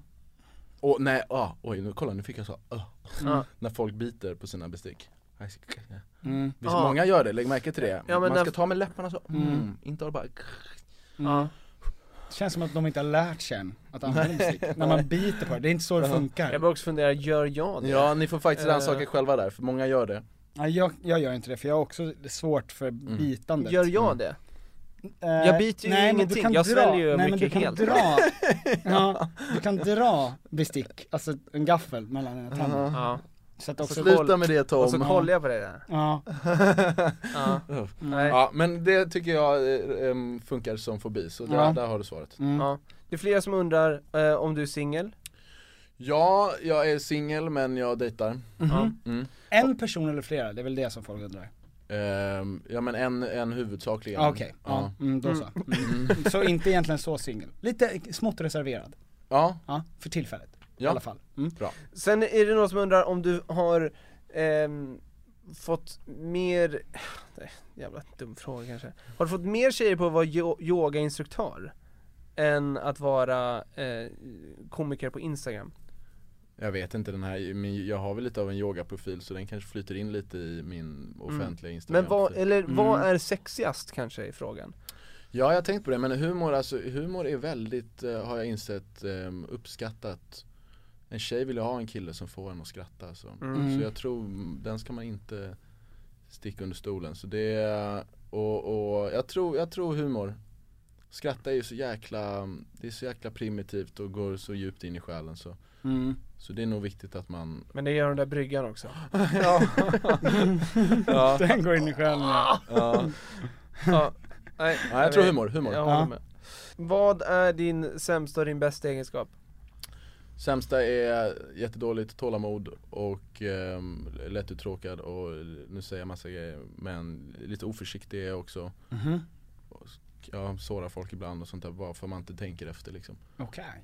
Speaker 2: Och nej, ah, oj nu kolla nu fick jag så, ah.
Speaker 3: Ja.
Speaker 2: när folk biter på sina bestick. Aj, så-
Speaker 7: Mm.
Speaker 2: Visst,
Speaker 3: Ja.
Speaker 2: Många gör det, lägg märke till det.
Speaker 3: Ja, men
Speaker 2: Man ska
Speaker 3: när-
Speaker 2: ta med läpparna så, mm.
Speaker 7: Mm.
Speaker 2: inte ha bara
Speaker 3: Ja.
Speaker 7: Känns som att de inte har lärt sig än att använda musik. När man biter på det, det är inte så det
Speaker 3: Jag
Speaker 7: funkar.
Speaker 3: börjar också fundera, gör jag det?
Speaker 2: Ja ni får faktiskt
Speaker 3: Eh.
Speaker 2: rannsaka själva där, för många gör det.
Speaker 7: Nej, jag, jag gör inte det för jag har också svårt för bitandet.
Speaker 3: Gör
Speaker 2: Mm.
Speaker 3: jag det?
Speaker 7: Eh,
Speaker 3: jag biter ju
Speaker 7: nej, men du
Speaker 3: ingenting.
Speaker 7: kan
Speaker 3: Jag
Speaker 7: dra-
Speaker 3: sväljer ju
Speaker 7: nej, men
Speaker 3: mycket
Speaker 7: du kan
Speaker 3: helt. [LAUGHS]
Speaker 7: Dra, ja, du kan dra bestick, alltså en gaffel mellan dina tänder.
Speaker 3: Ja.
Speaker 7: Så att också,
Speaker 2: Sluta med det
Speaker 3: Och så
Speaker 2: Tom.
Speaker 3: kollar jag på det där.
Speaker 7: ja,
Speaker 3: Ja. Nej.
Speaker 2: Mm. Ja men det tycker jag eh, em, funkar som fobi, så där,
Speaker 7: Ja. Mm.
Speaker 2: där har du svaret.
Speaker 3: Ja. Det är flera som undrar eh, om du är singel.
Speaker 2: Ja, jag är singel men jag dejtar.
Speaker 7: en person eller flera, det är väl det som folk undrar.
Speaker 2: Ehm, ja men en, en huvudsakligen.
Speaker 7: Ja, Okej, ja. Mm, då så. Mm. Så inte egentligen så singel. Lite smått reserverad,
Speaker 2: Ja,
Speaker 7: ja, för tillfället. I
Speaker 2: Ja.
Speaker 7: alla fall. Mm.
Speaker 2: bra.
Speaker 3: Sen är det någon som undrar om du har ehm, fått mer, nej, jävla dum fråga kanske. Har du fått mer tjejer på att vara yo- yogainstruktör? Än att vara eh, komiker på Instagram?
Speaker 2: Jag vet inte den här, men jag har väl lite av en yogaprofil så den kanske flyter in lite i min offentliga instagram
Speaker 3: Men vad, eller vad
Speaker 2: Mm.
Speaker 3: är sexigast kanske i frågan?
Speaker 2: Ja jag har tänkt på det, men humor, alltså, humor är väldigt, eh, har jag insett, eh, uppskattat En tjej vill ju ha en kille som får en att skratta alltså. Så jag tror, mm, den ska man inte sticka under stolen så det, är- och, och jag, tror, jag tror humor Skratta är ju så jäkla, det är så jäkla primitivt och går så djupt in i själen så
Speaker 7: Mm.
Speaker 2: Så det är nog viktigt att man
Speaker 3: Men det gör den där
Speaker 2: [LAUGHS]
Speaker 3: bryggan också.
Speaker 7: [LAUGHS] Den går in i själen ja.
Speaker 3: ja. Nej,
Speaker 2: Ja, jag tror
Speaker 3: vet.
Speaker 2: humor, humor.
Speaker 3: Jag håller med. Vad är din sämsta och din bästa egenskap?
Speaker 2: Sämsta är jättedåligt tålamod och eh, lätt uttråkad och nu säger jag massa grejer men lite oförsiktig är jag också. Och sk- Jag sårar folk ibland och sånt där bara för man inte tänker efter liksom.
Speaker 7: Okej.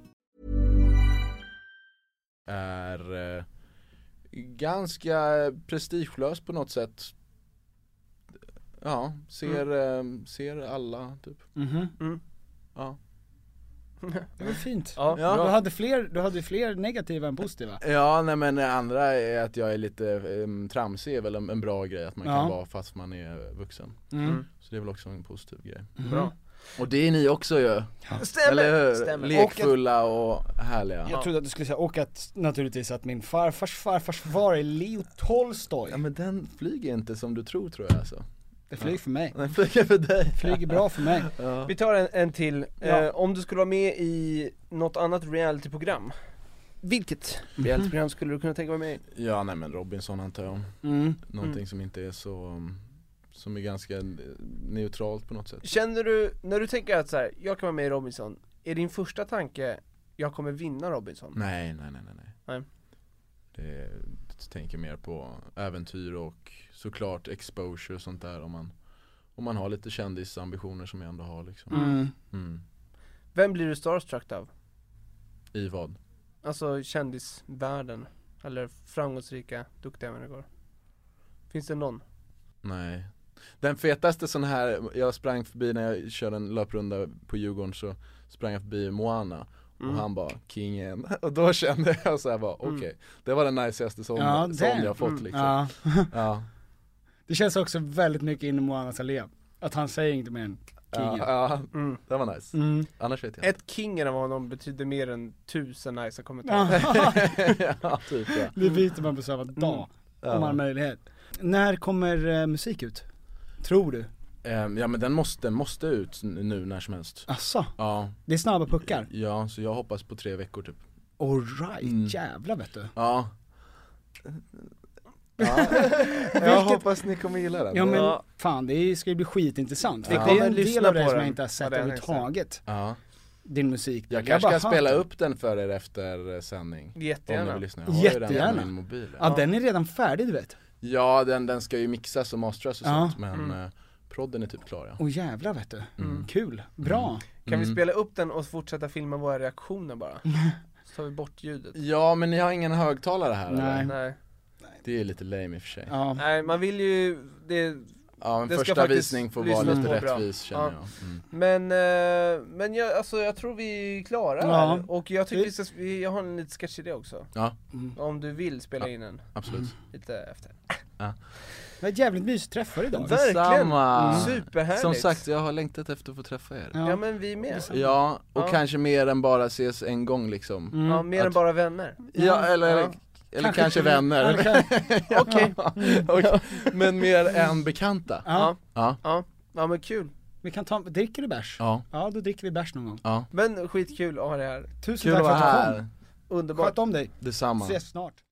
Speaker 2: är eh, ganska prestigelös på något sätt Ja, ser, eh, ser alla typ.
Speaker 7: Mhm.
Speaker 3: Mm.
Speaker 2: Ja.
Speaker 7: Det var fint.
Speaker 2: Ja,
Speaker 7: Du
Speaker 2: bra.
Speaker 7: hade fler, du hade fler negativa än positiva.
Speaker 2: Ja, nej men det andra är att jag är lite um, tramsig är väl en, en bra grej att man
Speaker 7: Ja.
Speaker 2: kan vara fast man är vuxen.
Speaker 7: Mm.
Speaker 2: Så det är väl också en positiv grej.
Speaker 7: Mhm. Bra.
Speaker 2: Och det är ni också ju.
Speaker 7: Stämmer,
Speaker 2: Eller hur?
Speaker 7: stämmer.
Speaker 2: Lekfulla och härliga.
Speaker 7: Jag trodde att du skulle säga, och att naturligtvis att min farfars farfars far är Leo Tolstoj.
Speaker 2: Ja men den flyger inte som du tror tror jag alltså.
Speaker 7: Det flyger för mig.
Speaker 2: Den flyger för dig.
Speaker 7: Flyger bra för mig.
Speaker 3: Vi tar en, en till.
Speaker 7: Ja.
Speaker 3: Eh, om du skulle vara med i något annat realityprogram, vilket realityprogram skulle du kunna tänka dig vara med i?
Speaker 2: Ja nej men Robinson antar jag.
Speaker 3: Mm.
Speaker 2: Någonting
Speaker 3: Mm.
Speaker 2: som inte är så, som är ganska eh, neutralt på något sätt.
Speaker 3: Känner du, när du tänker att så här, jag kan vara med i Robinson, är din första tanke, jag kommer vinna Robinson?
Speaker 2: Nej, nej, nej, nej, nej.
Speaker 3: Nej.
Speaker 2: Det, jag tänker mer på äventyr och såklart exposure och sånt där om man, om man har lite kändisambitioner som jag ändå har liksom.
Speaker 3: Mm.
Speaker 2: Mm.
Speaker 3: Vem blir du starstruck av?
Speaker 2: I vad?
Speaker 3: Alltså kändisvärlden, eller framgångsrika, duktiga människor? Finns det någon?
Speaker 2: Nej. Den fetaste sån här, jag sprang förbi när jag körde en löprunda på Djurgården så sprang jag förbi Moana och
Speaker 3: Mm.
Speaker 2: han bara 'Kingen' [LAUGHS] och då kände jag så här bara okej,
Speaker 7: Mm.
Speaker 2: det var den najsigaste som,
Speaker 7: Ja,
Speaker 2: som
Speaker 7: den.
Speaker 2: jag fått
Speaker 7: Mm.
Speaker 2: liksom.
Speaker 7: Ja.
Speaker 2: Ja.
Speaker 7: Det känns också väldigt mycket in i Moana Saleh. Att han säger inte mer än
Speaker 2: Ja,
Speaker 7: kingen.
Speaker 2: ja. det var nice.
Speaker 7: Mm.
Speaker 2: Annars vet jag
Speaker 3: Ett kingen av honom betyder mer än tusen nice
Speaker 2: [LAUGHS]
Speaker 3: [LAUGHS]
Speaker 7: Ja.
Speaker 3: kommentarer
Speaker 2: typ
Speaker 7: Det byter man på samma dag,
Speaker 2: Mm. Ja.
Speaker 7: om man har möjlighet. När kommer eh, musik ut? Tror du?
Speaker 2: Ehm, Ja men den måste, den måste ut n- nu när som helst
Speaker 7: Asså?
Speaker 2: Ja
Speaker 7: Det är snabba puckar?
Speaker 2: Ja, så jag hoppas på tre veckor typ
Speaker 7: Alright,
Speaker 2: Mm.
Speaker 7: jävlar vet du.
Speaker 2: Ja
Speaker 7: Vilket-
Speaker 2: hoppas ni kommer gilla den
Speaker 7: Ja men
Speaker 2: Ja,
Speaker 7: fan det är- ska ju bli skitintressant. För
Speaker 2: Vi
Speaker 7: det
Speaker 2: kommer
Speaker 7: är en del
Speaker 2: lyssna
Speaker 7: av det
Speaker 2: på
Speaker 7: som jag
Speaker 2: den.
Speaker 7: inte har sett
Speaker 2: Ja, det har jag
Speaker 7: överhuvudtaget.
Speaker 2: ja.
Speaker 7: Din musik.
Speaker 2: Jag
Speaker 7: har
Speaker 2: kanske
Speaker 7: bara
Speaker 2: kan spela
Speaker 7: hört
Speaker 2: upp den för er efter eh, sändning Om ni
Speaker 7: Jättegärna.
Speaker 2: vill lyssna, jag har ju den
Speaker 7: Jättegärna.
Speaker 2: på min mobil
Speaker 7: Ja, den är redan färdig du vet.
Speaker 2: Ja den, den ska ju mixas och masteras och
Speaker 7: Ja.
Speaker 2: sånt men
Speaker 7: Mm.
Speaker 2: eh, prodden är typ klar ja
Speaker 7: Åh jävlar vet du.
Speaker 2: Mm.
Speaker 7: Kul, bra.
Speaker 3: Kan vi
Speaker 2: Mm.
Speaker 3: spela upp den och fortsätta filma våra reaktioner bara? Så tar vi
Speaker 2: [LAUGHS]
Speaker 3: bort ljudet
Speaker 2: Ja men ni har ingen högtalare här
Speaker 3: Nej.
Speaker 2: eller?
Speaker 3: Nej.
Speaker 2: Det är lite lame i och för sig
Speaker 3: Nej man vill ju, det,
Speaker 2: Ja, men
Speaker 3: det ska
Speaker 2: första
Speaker 3: faktiskt
Speaker 2: visning får vara
Speaker 3: lyssnas
Speaker 2: lite
Speaker 3: på bra.
Speaker 2: rättvis, känner jag. Mm.
Speaker 3: Men, eh, men jag, alltså jag tror vi är klara
Speaker 2: Ja.
Speaker 3: här. och jag tycker vi ska, vi- jag har en liten sketchidé också
Speaker 2: Ja.
Speaker 3: Om du vill spela in en
Speaker 2: Absolut.
Speaker 3: Lite efter
Speaker 7: Det var ett jävligt mysigt träffar idag.
Speaker 3: Verkligen!
Speaker 2: Samma. Mm.
Speaker 3: Superhärligt!
Speaker 2: Som sagt, jag har längtat efter att få träffa er
Speaker 3: Ja, men vi med
Speaker 2: Ja, och
Speaker 3: Ja.
Speaker 2: kanske mer än bara ses en gång liksom
Speaker 3: Ja, mer än
Speaker 2: Att-
Speaker 3: bara vänner
Speaker 2: Ja, eller, eller,
Speaker 3: Ja.
Speaker 2: eller kanske, vänner [LAUGHS]
Speaker 3: Ja, Okej
Speaker 2: Och- Men mer än bekanta
Speaker 3: Ja.
Speaker 2: Ja,
Speaker 3: Ja, ja men kul
Speaker 7: Vi kan ta, dricker du bärs?
Speaker 2: ja,
Speaker 7: Ja, då dricker vi bärs någon gång.
Speaker 2: ja.
Speaker 3: Men skitkul att ha dig här
Speaker 7: Tusen
Speaker 2: Kul
Speaker 7: tack
Speaker 2: att
Speaker 7: för
Speaker 2: vara
Speaker 7: att du
Speaker 2: här.
Speaker 7: kom.
Speaker 3: Underbart
Speaker 7: Sköt om dig.
Speaker 2: detsamma
Speaker 7: Ses snart.